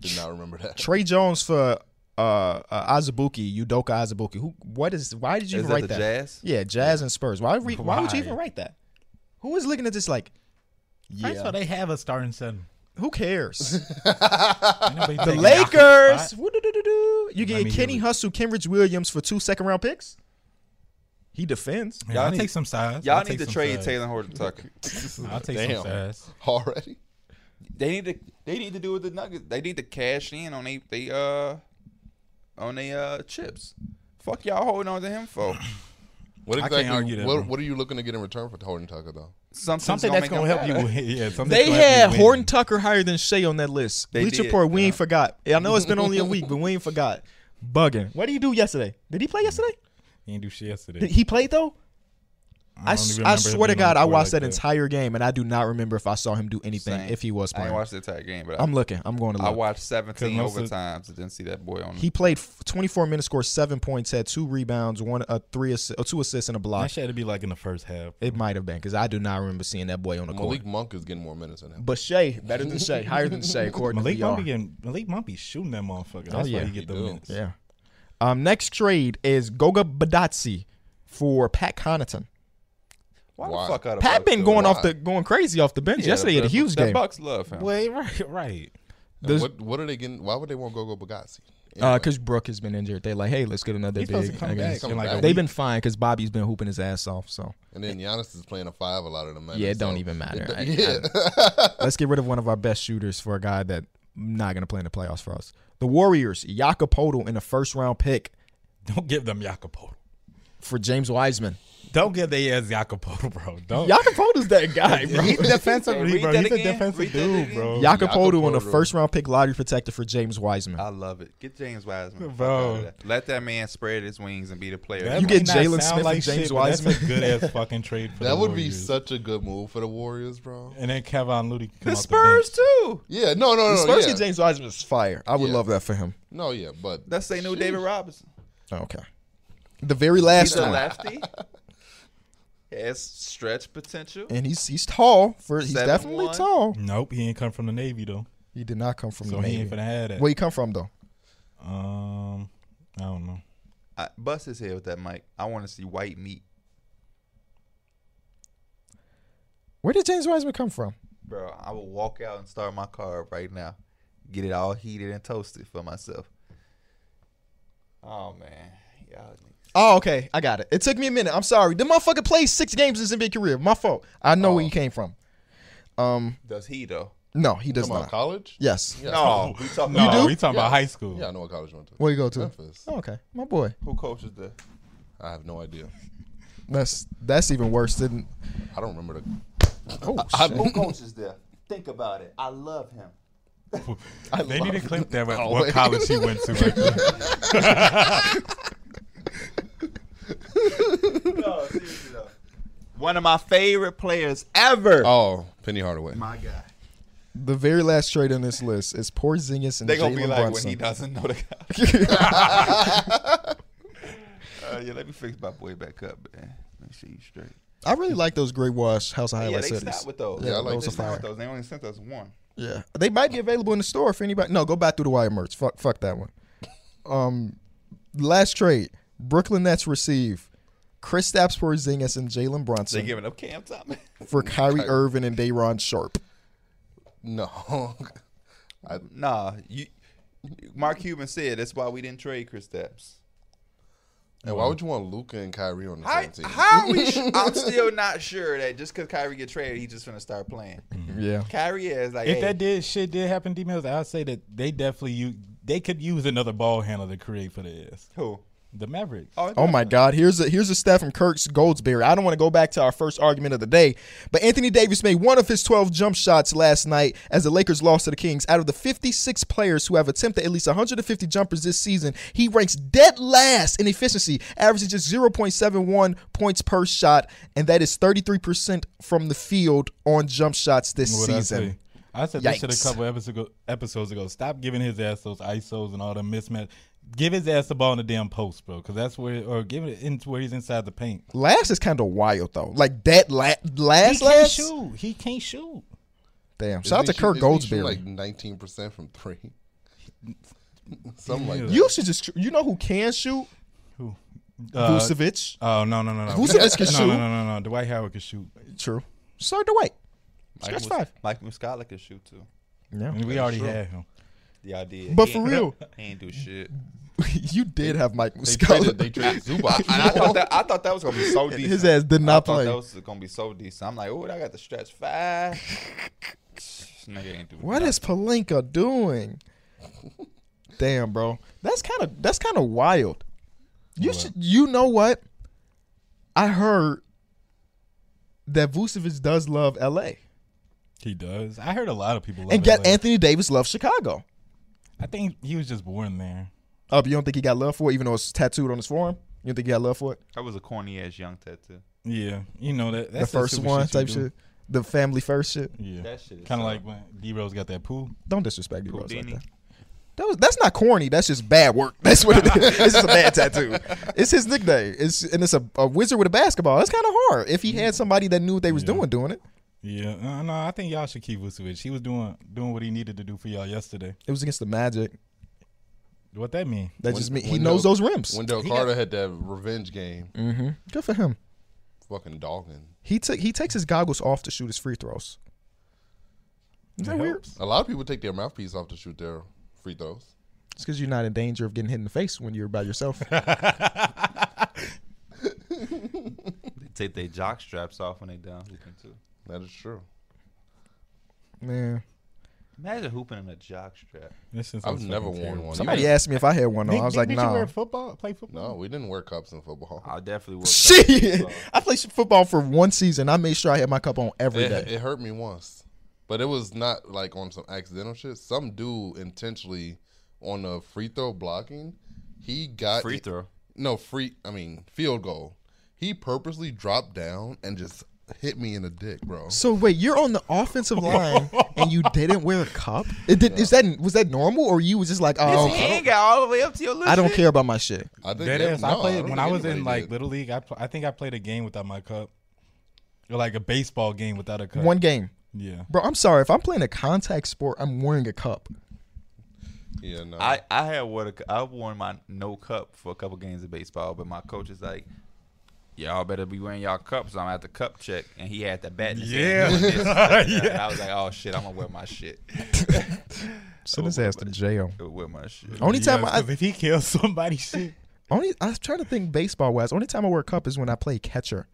D: Did not remember that. [laughs]
A: Trey Jones for uh, uh Azubuki, Udoka Azubuki. Who? What is? Why did you
B: Is
A: even
B: that
A: write
B: the
A: that?
B: Jazz?
A: Yeah, Jazz and Spurs. Why, re- why? would you
C: Why?
A: even write that? Who is looking at this like?
C: That's why
A: Yeah.
C: they have a starting seven.
A: Who cares?
C: The
A: the Lakers. Woo-doo-doo-doo-doo. You
C: Let
A: get
C: me
A: Kenny
C: hear it.
A: Hustle, Kenrich Williams for two second round picks. He defends.
C: Yeah,
B: Y'all
C: I'll
B: need-
C: take some size.
B: Y'all
C: I'll
B: need
C: take
B: to
C: some
B: trade
C: size.
B: Taylor
A: [laughs]
B: Horton Tucker.
C: I'll take
D: Damn.
C: some size.
D: Already?
B: [laughs] they need to they need to do with the Nuggets. They need to cash in on they they uh on they uh chips. Fuck y'all holding on to
A: [coughs]
B: him for
D: What
C: can't
D: exactly?
C: argue that, bro.
D: what, what are you looking to get in return for Horton Tucker though?
B: something.
C: Something that's gonna help you win. [laughs] Yeah, something
A: They had
C: that's gonna help you win. uh,
A: Horton Tucker higher than Shea on that list.
B: They
A: Bleach
B: did,
A: Report, we ain't
B: yeah.
A: forgot. I know it's been only a
C: [laughs]
A: week, but we ain't forgot. Bugging. What did he do yesterday? Did he play yesterday?
C: He didn't do shit yesterday.
A: Did he play though? I,
C: don't
A: s-
C: even
A: I
C: remember him
A: swear to
C: being on
A: God,
C: the
A: I
C: court
A: watched
C: like
A: that entire game, and I do not remember if I saw him do anything.
B: Same.
A: If he was
B: I
A: playing,
B: didn't watch the entire game, but I,
A: I'm looking. I'm going to
B: I
A: look.
B: watched 17
C: most of-
B: overtimes. and didn't see that boy on.
A: he played f- 24 minutes, scored seven points, had two rebounds, one a three, assi- uh, two assists, and a block.
C: That shit had to be like in the first half.
A: It might have been because I do not remember seeing that boy on the court.
D: Malik Monk is getting more minutes than him.
A: But Shea, better than Shea, higher than Shea, according
C: Malik
A: to VR.
C: Monk be getting Malik Monk be shooting that motherfucker. That's
A: yeah.
C: why he get the
D: do.
C: minutes.
A: Yeah. Um, next trade is Goga Badatsi for Pat Connaughton.
B: why,
D: Why?
B: the fuck out of
A: Pat
B: Bucks
A: been
B: doing
A: going
B: that?
A: off the going crazy off the bench
B: Yeah,
A: yesterday at a
B: the-
A: Hughes
B: the
A: game
B: Bucks love him.
C: Wait, right, right.
D: And
A: does-
D: what what are they getting? Why would they want Gogo Bagasse?
A: because Brooke uh, has been injured. They like, hey, let's get another
C: He's supposed
A: big.
C: to come
A: I guess.
C: back in like a
D: back.
A: They've
C: week.
A: been fine because Bobby's been hooping his ass off. So
D: and then Giannis is playing a five a lot of the minutes.
A: yeah, it don't
D: so-
A: even matter. I-
D: yeah,
A: let's get rid of one of our best shooters for a guy that not gonna play in the playoffs for us. The Warriors, Jakob Podol in a first round pick
C: Don't give them Jacopo.
A: for James Wiseman.
C: Don't give they ass Jacopo, bro. Don't.
A: Jakob Podol's that guy, bro.
C: He's defensive,
B: [laughs] Read
C: bro.
B: that
C: He's a
B: again. Read that
C: defensive dude,
B: again.
C: bro.
A: Jakob Podol in a
D: Podol.
A: first round pick lottery protector for James Wiseman.
B: I love it. Get James Wiseman,
C: Bro.
B: Fuck outta that. Let that man spread his wings and be the player.
C: That
A: You
B: he
A: get
C: might not
A: Jalen
C: sound
A: Smith and
C: like
A: James
C: shit, but That's a
A: Wiseman.
C: good ass fucking trade for
D: that
C: the
D: would be
C: Warriors.
D: such a good move for the Warriors, bro.
C: And then Kevin Looney.
B: The Spurs too.
D: Yeah, no, no,
A: The
D: no,
A: Spurs
D: yeah.
A: get James Wiseman is fire. I would
D: Yeah.
A: love that for him. Oh,
D: no, yeah, but
B: That's they new David Robinson.
A: Okay. The very last
B: He's a
A: one.
B: lefty. [laughs] Has stretch potential.
A: and he's he's tall for he's
B: Seven
A: definitely
B: one.
A: tall.
C: Nope, he ain't come from the Navy though,
A: He did not come from
C: so
A: the
C: he ain't
A: Navy.
C: finna have that.
A: Where he come from though?
C: Um, I don't know.
B: I, bust his head with that mic. I want to see white meat,
A: Where did James Wiseman come from?
B: bro. I will walk out and start my car up right now. Get it all heated and toasted for myself. Oh man, y'all. niggas.
A: Oh, okay. I got it. It took me a minute. I'm sorry. The motherfucker played six games in his NBA career. My fault. I know where he came from. Um,
B: Does he though?
A: no, he does
D: come on,
A: not.
D: college.
A: Yes.
D: Yeah.
B: [laughs] No, we talking
C: No,
B: about
C: we talking
D: Yeah.
C: about high school. [laughs]
D: Yeah, I know what college you went to.
A: Where you go to?
D: Memphis.
A: Oh, okay, my boy.
B: who coaches the.
D: I have no idea.
A: That's that's even worse than.
D: I don't remember the.
A: Oh
D: I-
A: shit.
B: Who coaches there? Think about it. I love him.
C: they need to clip that.
A: [laughs]
D: Oh,
C: what
D: wait.
C: college he went to? Right there.
B: No, seriously though. One of my favorite players ever.
D: Oh, Penny Hardaway.
B: My guy.
A: The very last trade on this list is Porzingis and
B: They gonna be
A: Jalen
B: like when he
A: Brunson.
B: doesn't know the guy.
A: [laughs]
B: uh, yeah, let me fix my boy back up, man. Let me see you straight.
A: I really like those Great Wash House of
B: yeah,
A: Highlights
B: they
A: cities.
B: stopped with those.
A: Yeah,
D: I like
B: they
A: those are
B: stopped
A: fire.
B: with those. They only sent us one.
A: Yeah, they might be available in the store if anybody. No, go buy through the wire merch. Fuck, fuck that one. Um, last trade: Brooklyn Nets receive Kristaps Porzingis and Jalen
B: They
A: Brunson
B: giving up Cam Thomas.
A: for Kyrie Irving and Dayron Sharp.
D: No,
B: nah, you. Mark Cuban said that's why we didn't trade Chris Stapps.
D: [laughs] and why would you want Luca and Kyrie on the
B: How,
D: same team?
B: how are
A: [laughs]
B: we? Sh- I'm still not sure that just because Kyrie get traded, he just gonna start playing.
A: Yeah,
B: Kyrie is like,
C: if
B: hey,
C: that did shit did happen, D Mills, I'd say that they definitely you they could use another ball handler to create for this.
B: who?
C: the Mavericks.
B: Oh,
A: Oh my
B: definitely.
A: God! Here's a here's a stat from Kirk Goldsberry. I don't want to go back to our first argument of the day, but Anthony Davis made one of his 12 jump shots last night as the Lakers lost to the Kings. Out of the 56 players who have attempted at least 150 jumpers this season, he ranks dead last in efficiency, averaging just 0.71 points per shot, and that is 33% from the field on jump shots this
C: What I
A: season.
C: say. I said this
A: Yikes.
C: shit a couple episodes ago, episodes ago. Stop giving his ass those ISOs and all the mismatch. Give his ass the ball in the damn post, bro, because that's where, or give it into where he's inside the paint.
A: Last is kind of wild though. Like that la-
C: He
A: last
C: can't
A: last.
C: shoot. He can't shoot.
A: Damn!
D: Isn't
A: Shout out
D: he
A: to Kirk
D: shoot- isn't he
A: Goldsberry.
D: shooting Like nineteen percent from three. [laughs] Something like
C: Yeah.
D: that.
A: you should just you know who can shoot
C: Who?
A: Uh, Vucevic.
C: Oh no no no no!
A: Vucevic can
C: no,
A: shoot.
C: No no no no! Dwight Howard can shoot.
A: True. Start Dwight.
B: Mike
A: Scratch
B: Mus-
A: five.
B: Mike Muscala can shoot too.
A: Yeah.
C: And we already
B: true.
C: had him.
B: Yeah, I did.
A: But
B: He
A: for
B: ain't-
A: real.
B: [laughs] he ain't do shit.
A: [laughs] you did have Mike
D: They traded,
B: [laughs]
D: they
A: Muscala.
D: traded Zubac.
B: And I thought that I thought that was gonna be so decent.
A: [laughs] His ass did
B: I
A: not
B: thought
A: play.
B: that was gonna be so decent. I'm like, oh, I got the stretch five. This Nigga ain't doing
A: What
B: nothing.
A: is Palinka doing? Damn, bro. That's kind of that's kind of wild. You
C: What?
A: should you know what? I heard that Vucevic does love LA.
C: He does. I heard a lot of people. Love
A: and get
C: LA.
A: Anthony Davis loves Chicago.
C: I think he was just born there.
A: Oh, but you don't think he got love for it, even though it's tattooed on his forearm? You don't think he got love for it?
B: That was a corny ass young tattoo.
C: Yeah, you know that. That's
A: the first
C: super
A: one
C: you
A: type
C: do.
A: shit. The family first shit.
C: Yeah,
B: That shit is
C: kind
B: so-
C: of like when D Rose got that pool.
A: Don't disrespect me, bro. It's Like
B: Houdini.
A: that. That was, that's not corny. That's just bad work. That's what it is. It's just a bad tattoo. It's his nickname. It's and it's a, a wizard with a basketball. That's kind of hard. If he had somebody that knew what they was
C: Yeah.
A: doing doing it,
C: Yeah, uh, no, no, I think y'all should keep Vucevic. He was doing doing what he needed to do for y'all yesterday.
A: it was against the Magic.
C: What that mean?
A: That
D: When-
A: just mean he
D: when
A: knows
D: those-
A: those rims.
D: Wendell
C: He
D: Carter had that revenge game.
A: hmm Good for him.
D: Fucking dogging.
A: He took he takes his goggles off to shoot his free throws. Is
C: It
A: that weird?
C: helps.
D: A lot of people take their mouthpiece off to shoot their free throws.
A: It's because you're not in danger of getting hit in the face when you're by [laughs] yourself.
B: They take their jock straps off when they down hooping too.
D: That is true.
A: Man,
B: Imagine hooping in a jock strap.
C: This is
D: I've
C: so
D: never
C: fucking
D: worn
C: terrible.
D: one.
A: somebody
D: You
A: asked me if I had one. on.
C: Did,
A: I was
C: did-
A: like,
C: did you
A: nah. [laughs]
C: wear football? Play
D: didn't-
C: football?
D: No, we didn't wear cups in football.
B: I definitely would.
A: Shit, I played football for one season. I made sure I had my cup on every
D: It,
A: day.
D: it hurt me once, but it was not like on some accidental shit. Some dude intentionally on a free throw blocking, he
A: Uh,
D: got
B: Free throw.
D: No free. I mean field goal. He purposely dropped down and just hit me in the dick, bro.
A: So wait, you're on the [laughs] offensive line and you didn't wear a cup? It did, Is that was that normal, or you was just like, oh,
B: His
A: I don't,
B: hand got all the way up to your lips.
A: I don't care about my shit?
D: I think
C: That
D: ev-
C: is. I
D: no,
C: played
D: don't
C: when
D: think
C: I was in
D: anybody
C: like
D: did.
C: little league. I pl- I think I played a game without my cup, or like a baseball game without a cup.
A: One game,
C: Yeah.
A: bro. I'm sorry if I'm playing a contact sport, I'm wearing a cup.
D: Yeah, no.
B: I, I had what I've worn my no cup for a couple games of baseball, but my coach is like, y'all better be wearing y'all cups. I'm at the cup check, and he had the bat. in his hand. He was like this. And I was like, oh shit, I'm gonna wear my shit. [laughs]
A: Send his ass to jail.
B: I'm gonna wear my shit.
A: Only time
C: Yeah,
A: I
C: 'cause if he kills [laughs] somebody, shit.
A: only I was trying to think baseball wise. Only time I wear a cup is when I play catcher.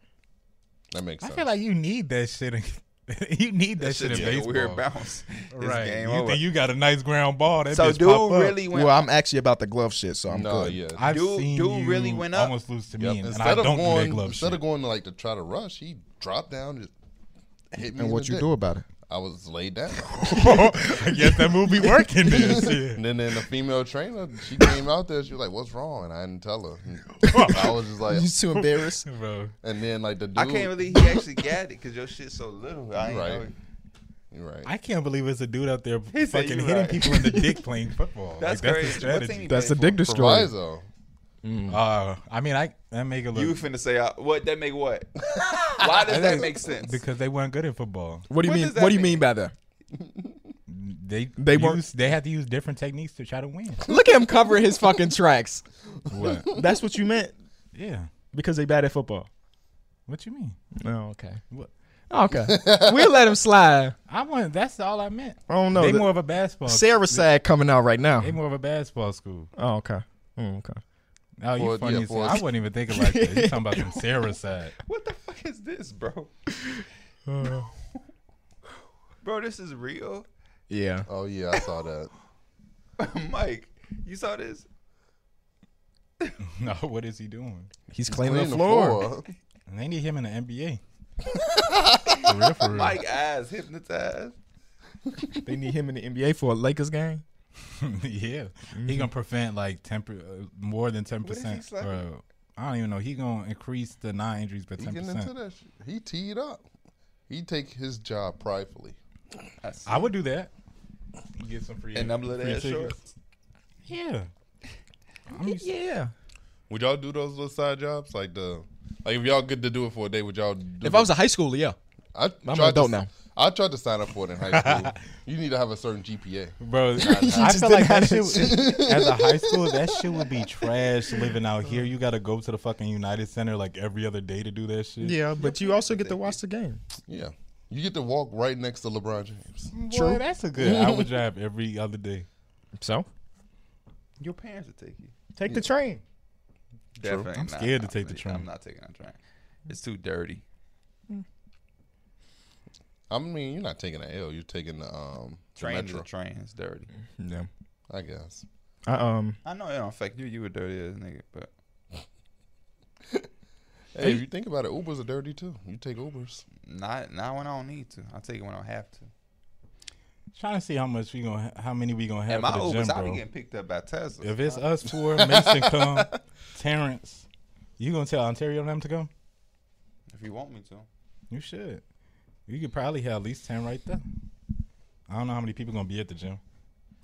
D: that makes
C: I
D: sense.
C: feel like you need that shit. In, [laughs] you need that, shit in
B: Shit, a
C: baseball.
B: weird bounce. It's
C: Right.
B: game
C: you
B: over.
C: think you got a nice ground ball? That
B: so
C: bitch
A: Oh,
C: pop
B: dude
C: up.
B: really went.
A: Well, I'm actually about the glove shit, so I'm
D: no,
A: good.
D: yeah.
C: I've
B: Dude-
C: seen
B: dude
C: you
B: really went up.
C: almost lose to me,
D: Yep.
C: and
D: Instead
C: I
D: of
C: don't do that
D: going,
C: glove
D: instead
C: shit.
D: of going to like to try to rush, he dropped down, just hit
A: And
D: me. in
A: what
D: the
A: you
D: dick.
A: do about it?
D: I was laid down.
C: [laughs] I guess that
B: [laughs]
C: movie working. Then shit.
D: [laughs] and then, then the female trainer, she came out there. She was like, "What's wrong?" And I didn't tell her.
B: [laughs]
D: I was just
A: [laughs]
D: like,
A: You too embarrassed.
C: bro.
D: and then like the dude.
B: I can't believe he actually got it because your shit's so little. I ain't
D: Right.
B: know. it.
D: You're right.
C: I can't believe it's a dude out there
B: He said
C: fucking
B: you
C: hitting
B: right. [laughs]
C: people in the dick playing football.
B: That's
C: like,
B: crazy.
C: That's the
B: What team
C: strategy.
B: he That's the dick
D: Proviso.
C: Uh, I mean, I that make
B: You
C: a little
B: finna say uh, what? That make what? Why does that make sense?
C: [laughs] because they weren't good at football.
A: What do you
B: What
A: mean?
B: does that
A: What do you
B: mean?
A: mean by that?
C: They
A: They weren't-
C: used- They had to use different techniques to try
B: [laughs]
C: to win.
A: Look at him covering his fucking tracks.
C: what?
A: That's what you meant
C: Yeah.
A: because they bad at football.
C: What you mean?
A: Oh, okay.
C: What?
A: Oh, Okay. we'll let him slide.
C: I want. That's all I meant.
A: I don't know.
C: they
A: The-
C: more of a basketball.
A: Sarah Sad coming out right now.
C: They more of a basketball school.
A: Oh, okay. Mm, okay.
C: Oh, you
D: Well,
C: funny.
D: yeah,
C: as
D: for
C: hell.
D: us-
C: I wasn't even thinking like that. You talking about some Sarah side? [laughs]
B: What the fuck is this, bro?
A: Uh,
B: bro, this is real.
A: Yeah. [laughs]
B: [laughs]
D: Oh yeah, I saw that.
B: Mike, you saw this?
C: no, what is he doing?
A: He's cleaning
D: Clean
A: the floor.
D: [laughs]
C: And they need him in the NBA. for real, for real. [laughs]
B: Mike eyes hypnotized.
A: They need him in the NBA for a Lakers game.
C: yeah, he gonna prevent like ten per, uh, more than ten
B: is he
C: percent.
B: slapping?
C: I don't even know. He gonna increase the nine injuries by
D: He
C: ten
D: getting into
C: percent.
D: that shit. He teed up. He take his job pridefully.
C: I would do that. Get some free
B: And them little
C: free
B: ass
C: tickets.
B: shorts.
C: Yeah. I'm used-
A: Yeah.
D: Would y'all do those little side jobs? Like the like if y'all good to do it for a day, would y'all do
A: If I was a high schooler, yeah.
D: I
A: an
D: tried
A: adult
D: to,
A: now.
D: I tried to sign up for it in high
A: [laughs]
D: school. you need to have a certain GPA.
C: Bro, I
A: just
C: feel
A: didn't
C: like that
A: have
C: shit, as a high school, that shit would be trash living out here. You got to go to the fucking United Center like every other day to do that shit.
A: Yeah, but you also get to watch the game.
D: Yeah. You get to walk right next to LeBron James.
C: Boy, that's a good hour drive every other day.
A: So
B: Your parents would take you.
A: take the train.
B: Definitely.
C: I'm
B: not.
C: scared to take the
B: I'm
C: train.
B: I'm not taking that train. It's too dirty.
D: I mean, you're not taking the L. You're taking the um the
B: Train to
D: metro,
B: the train is dirty.
A: Yeah.
D: I guess.
A: I, um.
B: I know it don't affect you. You a dirty ass nigga, but
D: Hey, if you think about it, Ubers are dirty too. You take Ubers.
B: not not when I don't need to. I take it when I don't have to.
C: [laughs] Trying to see how much we gonna, how many we gonna
B: and
C: have
B: my
C: for the
B: Ubers,
C: gym,
B: I be
C: bro.
B: getting picked up by Tesla.
C: If it's us four, Mason come, [laughs] Terrence, you gonna tell Ontario and them to come?
B: If you want me to,
C: You should. You could probably have at least ten right there. I don't know how many people gonna be at the gym.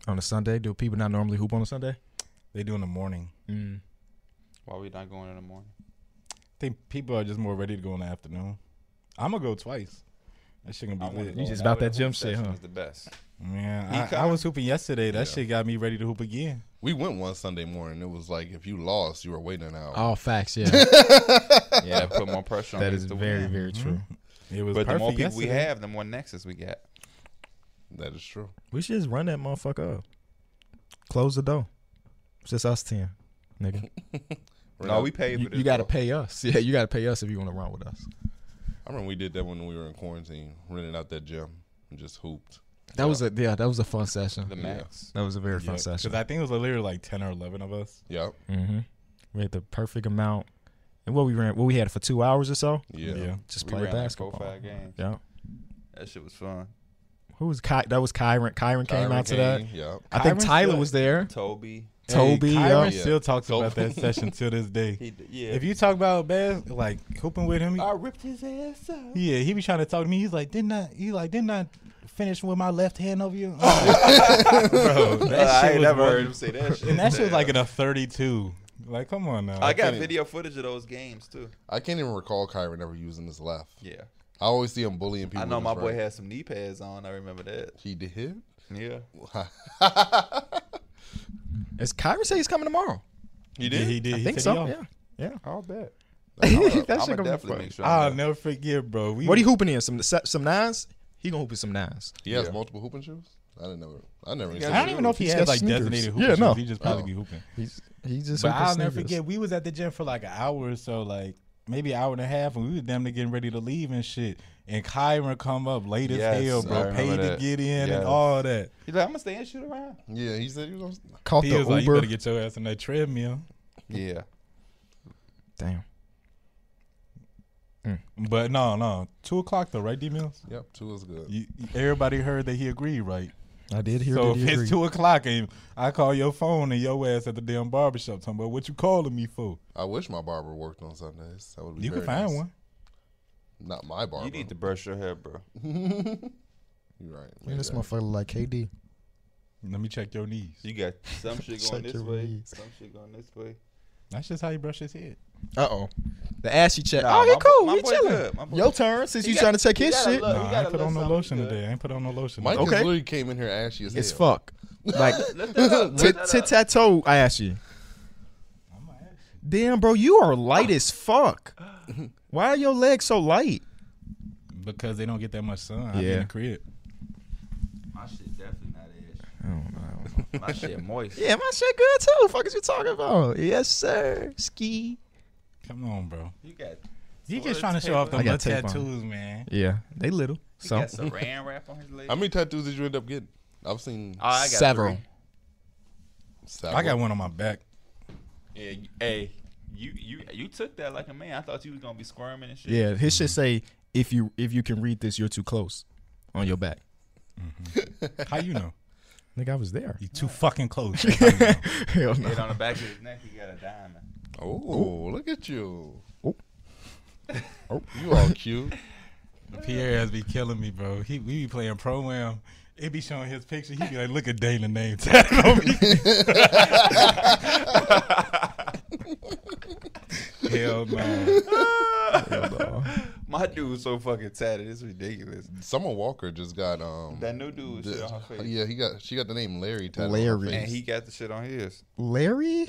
A: On a Sunday, do people not normally hoop on a Sunday?
C: They do in the morning.
A: Mm.
B: why we not going in the morning?
C: I think people are just more ready to go in the afternoon. I'm gonna go twice. That shit
B: I
C: gonna be
B: wanna
C: lit.
B: go
A: You just
B: now
A: about
B: where
A: that
B: the
A: gym
B: hoop
A: shit,
B: session
A: huh?
B: is The best.
C: Man,
B: He
C: I, I
B: kinda-
C: was hooping yesterday. That shit got me ready to hoop again.
D: We went one Sunday morning. It was like if you lost, you were waiting an hour.
A: All facts. [laughs] Yeah.
B: Yeah, that put more
A: [laughs]
B: pressure on.
A: that
B: me
A: is
B: to
A: very
B: win.
A: very true.
C: It was
B: But the
C: perfect
B: more people we
C: yesterday.
B: have, the more nexus we got.
D: That is true.
A: We should just run that motherfucker up. Close the door. It's just us ten, nigga.
B: No, we paid for
A: You,
B: this.
A: you gotta
B: though.
A: pay us. Yeah, you gotta pay us if you want to run with us.
D: I remember we did that when we were in quarantine, rented out that gym and just hooped.
A: That was a yeah. That was a fun session.
B: the max.
A: That was a very fun
C: because
A: session.
C: I think it was literally like ten or eleven of us.
D: Yep.
A: mm-hmm. We had the perfect amount, and what we ran, what we had for two hours or so,
D: Yeah.
A: just
B: We
A: play
B: ran, like, four,
A: basketball.
B: five games.
A: yeah.
B: That shit was fun.
A: Who was Ky- that? Was Kyron? Kyron came
D: Kyron
A: out to that.
D: Kane, Yep.
A: I think
C: Kyron's
A: Tyler
C: good.
A: was there.
B: Toby,
A: Toby,
C: hey, Kyron
D: yeah.
C: still talks
D: Toby.
C: about that session to this day.
B: he d- [laughs] yeah.
C: If you talk about Baz, like hooping with him, he-
B: I ripped his ass up.
C: yeah, he be trying to talk to me. He's like, didn't I? He like, didn't I finish with my left hand over you? [laughs] Bro, that
B: Uh, I
C: shit
B: ain't
C: was
B: never
C: one-
B: heard him say that shit.
C: And that shit was
B: Yeah.
C: like in a thirty-two. Like, come on now.
B: I got
D: can't-
B: video footage of those games too.
D: I can't even recall Kyron ever using his left.
B: Yeah,
D: I always see him bullying people.
B: I know
D: with
B: my
D: his
B: boy
D: right.
B: had some knee pads on. I remember that.
D: He
B: [laughs]
D: did.
B: Yeah,
A: Is Kyron say he's coming tomorrow?
D: He
C: Yeah, he did.
A: I
C: he
A: think
C: said
A: so.
C: he
A: Yeah,
C: off.
A: yeah. [laughs]
B: I'll bet.
A: that shit
B: I'm
A: gonna
B: gonna
A: be
B: definitely
A: fun.
B: make sure.
C: I'll
B: I'm there.
C: never forget, bro. We,
A: What he hooping in? Some some nines? He gonna hoop in some nines.
D: He has
B: Yeah.
D: multiple hooping shoes. I didn't know. I never.
B: got
C: I don't even know if he
A: He's
C: has
A: got
C: like
A: sneakers.
C: designated
A: Yeah,
C: hooping. Yeah,
A: no.
C: He just probably
D: Oh.
C: be hooping.
A: He's he just.
C: But
A: hooping
C: I'll never
A: sneakers.
C: forget, we was at the gym for like an hour or so, like maybe an hour and a half, and we was damn near getting ready to leave and shit. And Kyron come up late as
B: Yes,
C: hell,
B: I
C: bro,
B: remember
C: paid to
B: that.
C: get
B: Yes.
C: in and all that.
B: He's like, I'm gonna stay and shoot around.
D: Yeah, he said he was. Gonna,
A: Caught
C: He
A: the
C: was
A: Uber.
C: like, you better get your ass on that treadmill.
B: Yeah,
A: Damn.
C: But no, no, two o'clock though, right, D Mills?
D: yep, two is good.
C: You, you- everybody heard that he agreed, right?
A: I did hear
C: so
A: that
C: if
A: he
C: it's
A: agreed.
C: two o'clock and I call your phone and your ass at the damn barbershop talking about what you calling me for,
D: I wish my barber worked on Sundays. That would be.
C: you can
D: very
C: find
D: nice.
C: one.
D: Not my barber.
B: you need to brush your hair, bro.
D: You're right.
A: Man, this
D: maybe
A: motherfucker like KD.
C: Let me check your knees.
B: You got some shit
A: Check
B: going this
A: your
B: way,
A: knees.
B: some shit going this way.
C: That's just how he brush his head.
A: Uh oh. The ashy check.
B: Nah,
A: oh, he
B: my boy-
A: cool.
B: my
A: he
B: boy
A: chilling.
B: good. My boy
A: Your
B: good.
A: turn since
B: He
A: you
B: got-
A: trying to check
B: he
A: his
B: gotta
A: shit.
B: look.
C: Nah,
B: we
C: I
B: gotta
C: ain't put
B: let
C: on no
B: something
C: lotion
B: good.
C: today. I ain't put on no lotion.
D: Mike
C: today.
A: Okay.
D: just literally came in here ashy as
A: It's
D: hell.
A: fuck.
B: [laughs]
A: Like
B: Lift that up, lift
A: tit
B: that
A: tit
B: up.
A: tat toe ashy.
C: I'm a-
A: Damn, bro, you are light as fuck. Why are your legs so light?
C: Because they don't get that much sun. I be in
A: Yeah.
C: the crib.
B: My shit definitely not
A: I don't know, I don't know.
B: ash. My shit moist.
A: Yeah, my shit good too. fuck is you talking about? Yes, sir. Ski.
C: Come on, bro.
B: You got.
C: He
B: Sort
C: just
B: of
C: trying to
B: tape
C: show off
B: on-
C: [laughs] the
A: I got
C: little
A: tape on.
C: tattoos, man.
A: Yeah, they little.
B: He
A: So
B: got saran wrap on his leg.
D: How many tattoos did you end up getting? I've seen
B: Oh, I got
A: several.
B: three.
D: several.
C: I got one on my back.
B: Yeah, you- hey, you you you took that like a man. I thought you was gonna be squirming and shit.
A: Yeah, his should say if you if you can read this, you're too close on your back.
C: How you know?
A: Nigga, I was there.
C: You too fucking
A: [laughs]
C: close.
A: Hell no.
B: Hit on the back of his neck, he got a diamond.
D: Oh, look at you. [laughs]
A: Ooh.
D: You all cute.
C: Pierre has be killing me, bro. He we be playing pro am. It be showing his picture. He be like, look at Dana name tag
A: [laughs]
C: on me. Hell no.
B: My dude's so fucking tatted. It's ridiculous.
D: Summer Walker just got um.
B: That new dude
D: the-
B: shit on her face.
D: yeah, he got. She got the name Larry. Tattooed on her
A: Larry.
D: face.
B: And he got the shit on his.
A: Larry?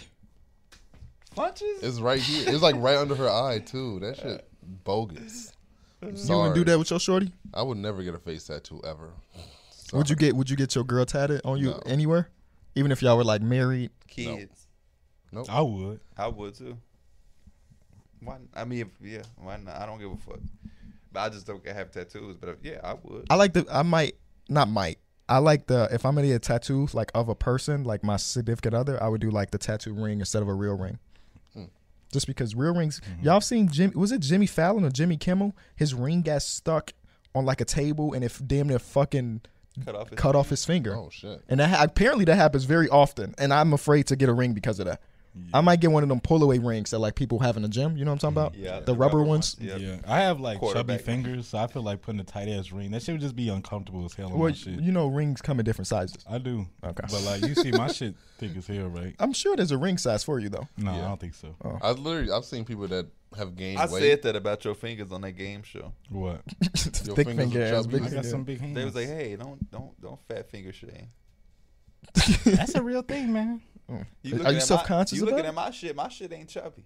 B: Punches?
D: It's right here. It's like right under her eye too. That shit bogus. I'm
A: You
D: Sorry.
A: wouldn't do that with your shorty?
D: I would never get a face tattoo ever.
A: Would you get would you get your girl tatted on you
D: No.
A: anywhere? Even if y'all were like married?
B: Kids.
C: I would.
B: I would too. Why? n- I mean, if, yeah. Why not? I don't give a fuck. But I just don't have tattoos. But if, yeah, I would.
A: I like the I might not might. I like the if I'm gonna get a tattoo like of a person, like my significant other, I would do like the tattoo ring instead of a real ring. Just because real rings, y'all seen Jimmy? Was it Jimmy Fallon or Jimmy Kimmel? His ring got stuck on like a table, and it f- damn near fucking
B: Cut off. His
A: cut off his finger.
D: Oh shit.
A: And that, ha- apparently that happens very often, and I'm afraid to get a ring because of that. I might get one of them pull away rings that like people have in the gym. You know what I'm talking about?
B: Yeah,
A: the, rubber, ones.
B: Yeah.
C: Yeah. I have like chubby
B: Quarterback.
C: fingers, so I feel like putting a tight ass ring. That shit would just be uncomfortable as hell on
A: Well,
C: my Oh, shit.
A: you know, rings come in different sizes.
C: I do.
A: Okay.
C: But like you see my
A: [laughs]
C: shit thick as hell, right?
A: I'm sure there's a ring size for you though.
C: No, I don't think so.
A: Oh.
D: I literally. I've seen people that have gained
B: I
D: weight.
B: said that about your fingers on that game show.
A: [laughs]
C: What?
D: Your
A: Thick
D: fingers are
A: finger, ass,
D: chubby.
A: big
D: I
C: I got
A: finger.
C: some big hands.
B: They was like, "Hey, don't don't don't fat finger Shane."
C: That's a real thing, man.
A: Are-
B: looking
A: are you
B: at my-
A: self-conscious
B: You looking
A: about it?
B: at my shit? My shit ain't chubby.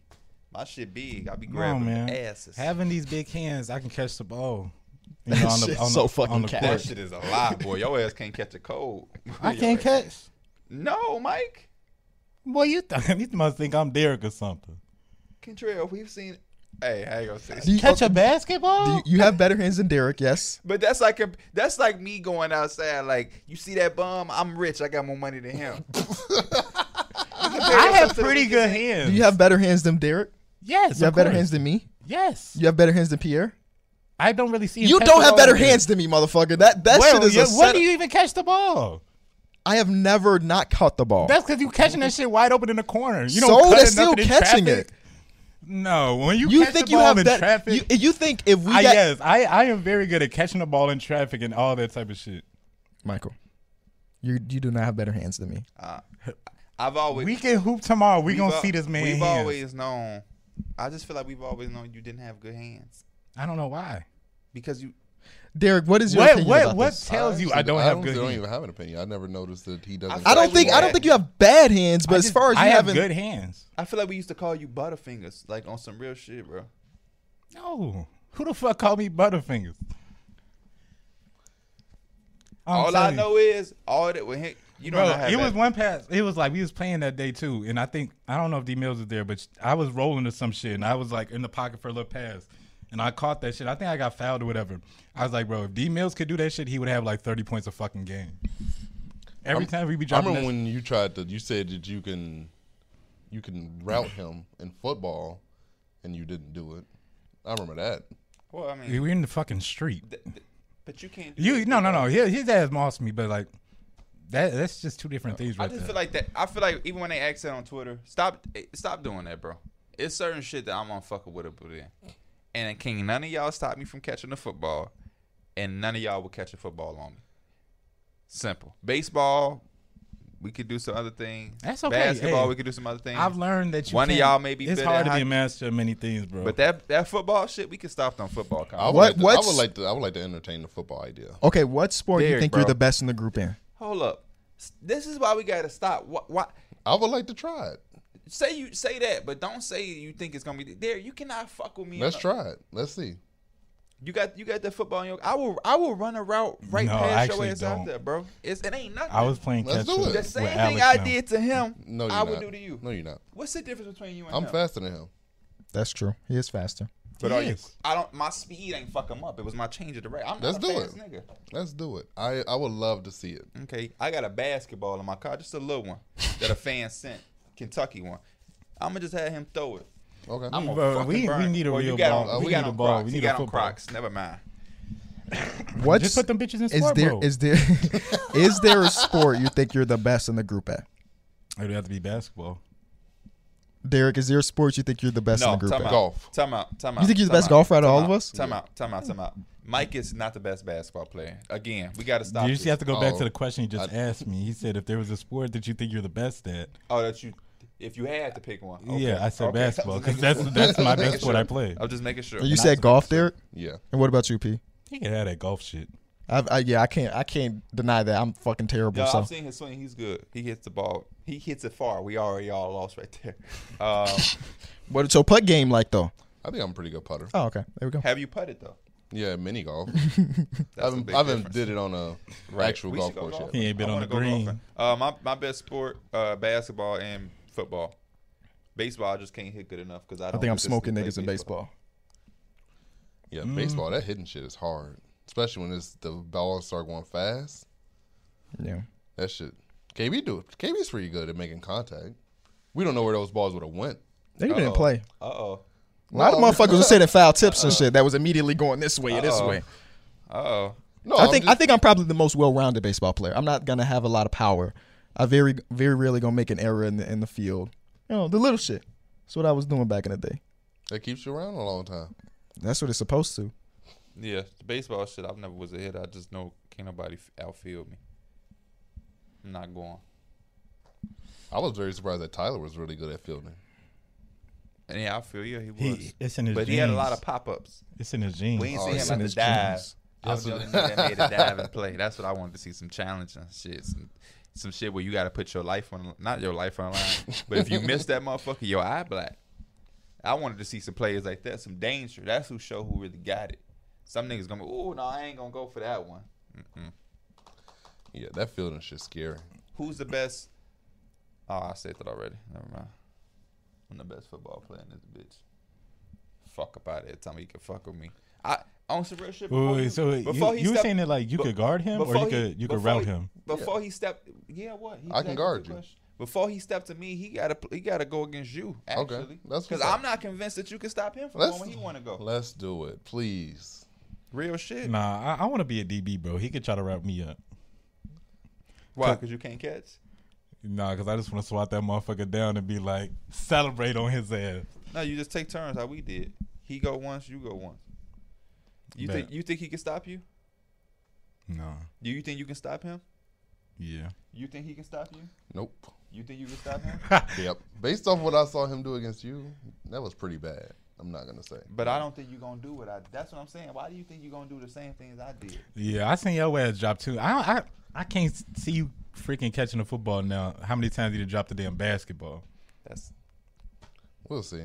B: My shit big. I be
C: No,
B: grabbing
C: Oh, man.
B: asses.
C: Having these big hands, I can catch the ball. You
A: That shit's so fucking cat.
B: that shit is a lie, boy. Your ass can't catch a cold. [laughs]
C: I can't
B: Your ass-
C: catch.
B: No, Mike.
C: Boy, you th- [laughs] you must think I'm Derek or something.
B: Contrail, we've seen. Hey, I ain't gonna say.
A: Do you,
C: Catch
A: okay,
C: a basketball?
A: do you, you have better hands than Derek, yes.
B: But that's like a, that's like me going outside. Like you see that bum? I'm rich. I got more money than
C: [laughs]
B: him. [laughs]
C: I have pretty good hands.
A: Do you have better hands than Derek?
C: yes.
A: You
C: of
A: have better
C: course.
A: hands than me.
C: Yes.
A: You have better hands than Pierre.
C: I don't really see. him
A: You
C: catch
A: don't
C: the
A: have
C: ball
A: better
C: like that.
A: hands than me, motherfucker. That that
C: Well,
A: shit is
C: yeah,
A: a
C: when
A: setup.
C: do you even catch the ball?
A: I have never not caught the ball.
C: That's because you catching that shit wide open in the corner. You
A: so
C: don't cut
A: they're
C: it
A: still
C: up in
A: catching
C: traffic.
A: it.
C: No, when you,
A: You
C: catch
A: think
C: the
A: you
C: ball
A: have
C: in
A: that?
C: traffic.
A: You, you think if we
C: I,
A: got
C: yes, I, I am very good at catching the ball in traffic and all that type of shit.
A: Michael, you you do not have better hands than me.
B: Uh, I've always
C: We can hoop tomorrow. We
B: we've
C: gonna
B: al-
C: see this man.
B: We've
C: hands.
B: always known. I just feel like we've always known you didn't have good hands
C: I don't know why.
B: because you.
A: Derek, what is your
C: What
A: opinion
C: what
A: about
C: what
A: this?
C: tells you I
D: actually
C: don't have good
D: I don't
C: hands?
D: even have an opinion. I never noticed that he doesn't.
A: I don't think I don't think you have bad hands, but
C: I
A: as
C: just-
A: far as you
C: I have
A: having
C: good hands.
B: I feel like we used to call you butterfingers, like on some real shit, bro.
C: No. Who the fuck called me Butterfingers? I'm
B: all I
C: telling you.
B: know is all that with him. You don't
C: Bro,
B: know how
C: it was
B: bad-
C: one pass. It was like we was playing that day too, and I think I don't know if D Mills was there, but I was rolling to some shit, and I was like in the pocket for a little pass, and I caught that shit. I think I got fouled or whatever. I was like, bro, if D Mills could do that shit, he would have like thirty points a fucking game. Every time we be
D: I
C: dropping.
D: remember
C: that
D: when you tried to. You said that you can, you can route him in football, and you didn't do it. I remember that.
B: Well, I mean,
C: shit, we were in the fucking street.
B: th- th- but you can't. Do
C: You
B: that,
C: no no
B: bro.
C: no. His, his ass mossed me, but like that that's just two different things
B: I
C: right
B: just
C: there.
B: feel like that. I feel like even when they ask that on Twitter, stop, eh, stop doing that, bro. It's certain shit that I'm on fucking with it, but then, and can none of y'all stop me from catching the football, and none of y'all will catch a football on me. Simple. Baseball, we could do some other thing.
C: That's okay.
B: Basketball,
C: Hey,
B: we could do some other thing.
C: I've learned that you
B: One of
C: can't-
B: y'all may be
C: It's
B: better
C: hard
B: at
C: to be a
B: hockey.
C: master of many things, bro.
B: but that that football shit, we could stop on football.
D: I
B: Conference.
D: would
A: What-
D: Like to, I
A: what's-
D: would like to. I would like to entertain the football idea.
A: Okay, what sport do you
B: Derek,
A: think you're
B: bro.
A: the best in the group in?
B: Hold up. S- This is why we gotta stop. Why, why?
D: I would like to try it.
B: Say you say that, but don't say you think it's gonna be there. You cannot fuck with me.
D: Let's
B: on-
D: try it. Let's see.
B: You got you got that football in your. I will I will run a route right
C: No, I
B: past your
C: actually
B: ass
C: don't.
B: out there, bro. It's it ain't nothing.
C: I was playing catch
D: Let's do
C: up
D: it.
B: the
D: with
B: same
C: with
B: thing
C: Alex
B: I
C: now.
B: did to him.
D: No, you're
B: I
D: not.
B: would do to you.
D: No, you're not.
B: What's the difference between you and
D: I'm
B: him?
D: faster than him.
A: That's true. He is faster.
B: But are you?
C: Yes.
B: I don't. My speed ain't fuck him up. It was my change of direction. I'm
D: Let's
B: not a
D: do
B: fast
D: it.
B: nigga.
D: Let's do it. I I would love to see it.
B: Okay, I got a basketball in my car, just a little one that a fan sent, Kentucky one. I'm gonna just have him throw it.
D: Okay.
B: I'm gonna
C: Bro,
B: fucking
C: we- we
B: burn it.
C: need a
B: Well, you
C: real
B: got
C: ball.
B: on-
C: We
B: we
C: need
B: got
C: a
B: on
C: ball.
B: Crocs.
C: We
B: He
C: need a
B: got on
C: football.
B: Crocs. Never mind.
A: What's
C: Just put them bitches in
A: is
C: sport
A: there
C: mode.
A: is there [laughs] is there a sport you think you're the best in the group at?
C: It would have to be basketball.
A: Derek, is there a sport you think you're the best
B: No,
A: in the
B: time
A: group
B: out.
A: at?
D: Golf.
B: Time out. Time out.
A: You think you're the
B: time
A: best golfer out of all
B: time
A: of us?
B: Time out. Time out. Time out. Mike is not the best basketball player. Again, we got to stop.
C: You
B: this.
C: just have to go back
D: Oh,
C: to the question you just
D: I-
C: asked me. He said if there was a sport that you think you're the best at.
B: Oh, that you. If you had to pick one. Okay.
C: Yeah, I said
B: Okay.
C: basketball
B: I was [laughs]
C: because
B: just
C: that's
B: making
C: that's my
B: sure.
C: best sport I play.
B: I'm just making sure.
A: You said golf, Derek.
D: Yeah.
A: And what about you, P?
C: He can have that golf shit.
A: I, I, yeah, I can't. I can't deny that I'm fucking terrible.
B: Yo,
A: so
B: I've seen his swing. He's good. He hits the ball. He hits it far. We already all lost right there. [laughs] Um,
A: what is your putt game like though?
D: I think I'm a pretty good putter.
A: Oh, okay. There we go.
B: have you putted though?
D: Yeah, mini golf. I
B: That's the
D: haven't,
B: big
D: I haven't
B: difference.
D: did it on a
B: Right.
D: actual
B: We
D: golf
B: should go
D: course
B: golfing.
D: yet.
C: He ain't been
B: I
C: on
B: wanna
C: the
B: go
C: green.
B: golfing. Uh, my my best sport, uh, basketball and football. Baseball, I just can't hit good enough because I
A: I
B: don't.
A: think I'm smoking niggas
B: consistently
A: in
B: play
A: baseball.
D: Yeah,
A: Mm-hmm.
D: baseball. That hitting shit is hard, especially when it's the balls start going fast.
A: Yeah.
D: That shit. KB do it. KB's pretty good at making contact. We don't know where those balls would have went.
A: They didn't
B: Uh-oh.
A: play.
B: Uh-oh.
A: A lot of
D: No.
A: motherfuckers were sending foul
B: [laughs]
A: tips and shit that was immediately going this way or this
B: Uh-oh.
A: way.
B: Uh-oh.
D: No,
A: I
D: I'm
A: think I
D: just-
A: think I'm probably the most well-rounded baseball player. I'm not gonna have a lot of power. I very very rarely gonna make an error in the in the field. You know the little shit. That's what I was doing back in the day.
D: that keeps you around a long time.
A: That's what it's supposed to.
B: Yeah, the baseball shit, I've never was a hit. I just know can't nobody f- outfield me. I'm not going.
D: I was very surprised that Tyler was really good at fielding.
B: And yeah, outfield, yeah, he was.
C: He, it's in his
B: but
C: genes.
B: he had a lot of pop-ups.
C: It's in his
B: We
C: genes.
B: ain't
D: Oh,
B: seen
D: it's
A: in
B: him at the
A: his
B: dive.
A: genes.
B: I was the only nigga that made a dive and play. That's what I wanted to see, some challenge and shit. Some, some shit where you got to put your life on, not your life on the line, but if you miss that motherfucker, your eye black. I wanted to see some players like that, some danger. That's who show who really got it. Some niggas gonna be, ooh, no, I ain't gonna go for that one.
D: Yeah, that fielding shit's scary.
B: Who's the best? Oh, I said that already. Never mind. I'm the best football player in this bitch. Fuck about it. Tell me you can fuck with me. I on some real shit.
C: Wait,
B: before
C: wait,
B: he-
C: so wait, you,
B: before he
C: you were
B: stepped-
C: saying that like you
B: be-
C: could guard him or
B: before
C: you
B: he-
C: could you could
B: before
C: route
B: he-
C: him.
B: Before he stepped, yeah, what? He
D: I can
B: exactly
D: guard
B: the
D: you.
B: question. Before he stepped to me, he gotta pl- he gotta go against you.
D: Okay,
B: Actually,
D: that's what's
B: because
D: up.
B: I'm not convinced that you can stop him from
D: Let's-
B: going where he want to go.
D: Let's do it, please.
B: Real shit.
C: Nah, I, I want to be a DB, bro. He could try to route me up.
B: Why? Because you can't catch.
C: Nah, because I just want to swat that motherfucker down and be like, celebrate on his ass.
B: No, you just take turns how we did. He go once, you go once. You
C: Bet.
B: think you think he can stop you?
C: No,
B: Do you think you can stop him?
C: yeah.
B: You think he can stop you?
D: Nope.
B: You think you can stop
C: [laughs]
B: him?
D: Yep. Based off what I saw him do against you, that was pretty bad. I'm not gonna say.
B: But I don't think you're gonna do what I. That's what I'm saying. Why do you think you're gonna do the same things I did?
C: Yeah, I seen your ass drop too. I I I can't see you freaking catching the football now. How many times did you drop the damn basketball?
B: That's
D: We'll see.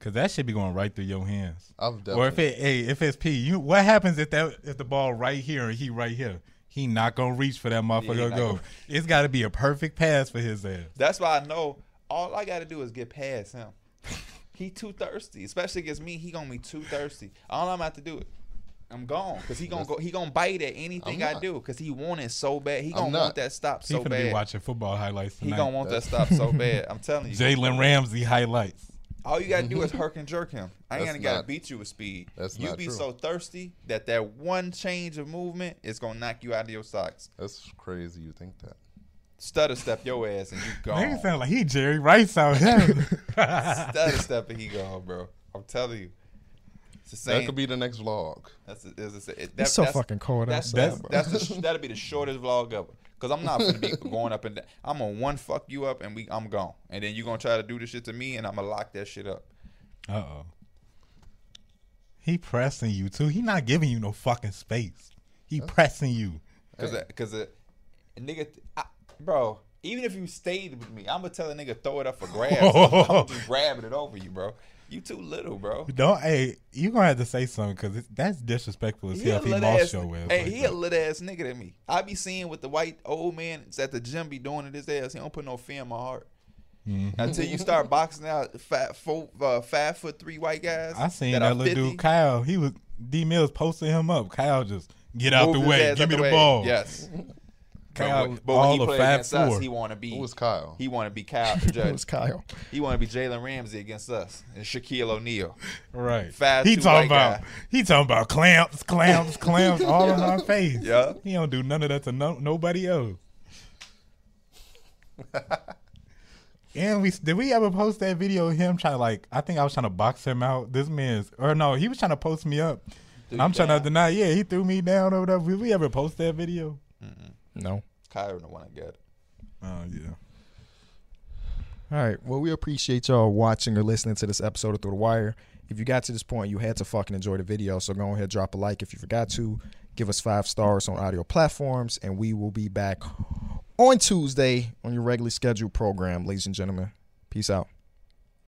C: Cause that should be going right through your hands.
D: I've definitely.
C: Or if it hey, if it's P, you what happens if that if the ball right here and he right here? He not gonna reach for that
B: he
C: motherfucker
B: not
C: go.
B: gonna-
C: [laughs] It's gotta be a perfect pass for his ass.
B: that's why I know all I gotta do is get past him. [laughs] He too thirsty, especially against me. He gonna be too thirsty. All I'm about to do it. I'm gone because he gonna go. He gonna bite at anything
D: I'm
B: I
D: not.
B: do because he want it so bad. He
D: I'm
B: gonna
D: not.
B: want that stop
C: He
B: so
C: finna be
B: bad.
C: watching football highlights
B: He
C: tonight.
B: gonna want that stop
D: [laughs]
B: so bad. I'm telling you.
C: Jalen Ramsey highlights.
B: All you gotta do is herk and jerk him. I ain't
D: That's
B: gonna gotta
D: not-
B: beat you with speed.
D: that's
B: you
D: not
B: be
D: true.
B: so thirsty that that one change of movement is gonna knock you out of your socks.
D: That's crazy. You think that?
B: Stutter step your ass and you gone.
C: Nigga sound like he Jerry Rice out here.
B: [laughs]
C: [laughs]
B: Stutter step and he gone, bro. I'm telling you, it's the same.
D: That could be the next vlog.
B: that's, the- that's, the- it- that-
A: It's so
B: that's-
A: fucking cold
B: That's
A: outside,
B: that's,
A: bro. [laughs]
B: that's the, sh- that'll be the shortest vlog ever. Cause I'm not gonna be [laughs] going up and down. I'm gonna one fuck you up and we I'm gone. And then you gonna try to do this shit to me and I'm gonna lock that shit up.
C: Uh oh. He pressing you too. He not giving you no fucking space. He pressing you.
B: Cause, uh, cause, uh, nigga, I, bro. Even if you stayed with me, I'm gonna tell a nigga throw it up
A: [laughs]
B: for grabs. I'm gonna be grabbing it over you, bro. You too little, bro.
C: Don't hey, you gonna have to say something because that's disrespectful as
B: He a
C: hell. If he
B: little
C: lost
B: ass.
C: your ass.
B: Hey,
C: like
B: he a
C: that.
B: little ass nigga than me. I be seeing what the white old man that's at the gym be doing to this ass. He don't put no fear in my heart.
C: Mm-hmm.
B: Until you start boxing out five, four, uh, five foot three white guys.
C: I seen
B: that
C: that
B: are
C: little
B: 50,
C: dude Kyle. He was D Mills posting him up. Kyle just get out
B: moved
C: the
B: his
C: way.
B: ass
C: Give
B: out
C: me the
B: way.
C: ball.
B: Yes.
C: Kyle,
B: when-
C: all
B: when he
C: of
B: played
C: Fab
B: against us,
C: Four.
B: he want to be
D: Who was Kyle?
B: he want to [laughs] be Kyle
A: It
B: Judge.
A: was Kyle.
B: He want to be Jalen Ramsey against us and Shaquille O'Neal.
C: Right.
B: Fast
C: he
B: two
C: talking
B: white
C: about
B: guy.
C: he talking about clamps, clamps, clamps all
B: [laughs]
C: in my face.
B: Yeah.
C: He don't do none of that to no, nobody
B: [laughs]
C: else. and we did we ever post that video of him trying to like I think I was trying to box him out. This man's or no, he was trying to post me up.
B: Threw
C: I'm
B: you
C: trying
B: down.
C: to deny. Yeah, he threw me down or whatever. Did we ever post that video?
A: No.
B: Kyron the one I got.
C: Oh yeah.
A: All right. Well, we appreciate y'all watching or listening to this episode of Through the Wire. If you got to this point, you had to fucking enjoy the video. So go ahead, drop a like if you forgot to. Give us five stars on audio platforms, and we will be back on Tuesday on your regularly scheduled program, ladies and gentlemen. Peace out.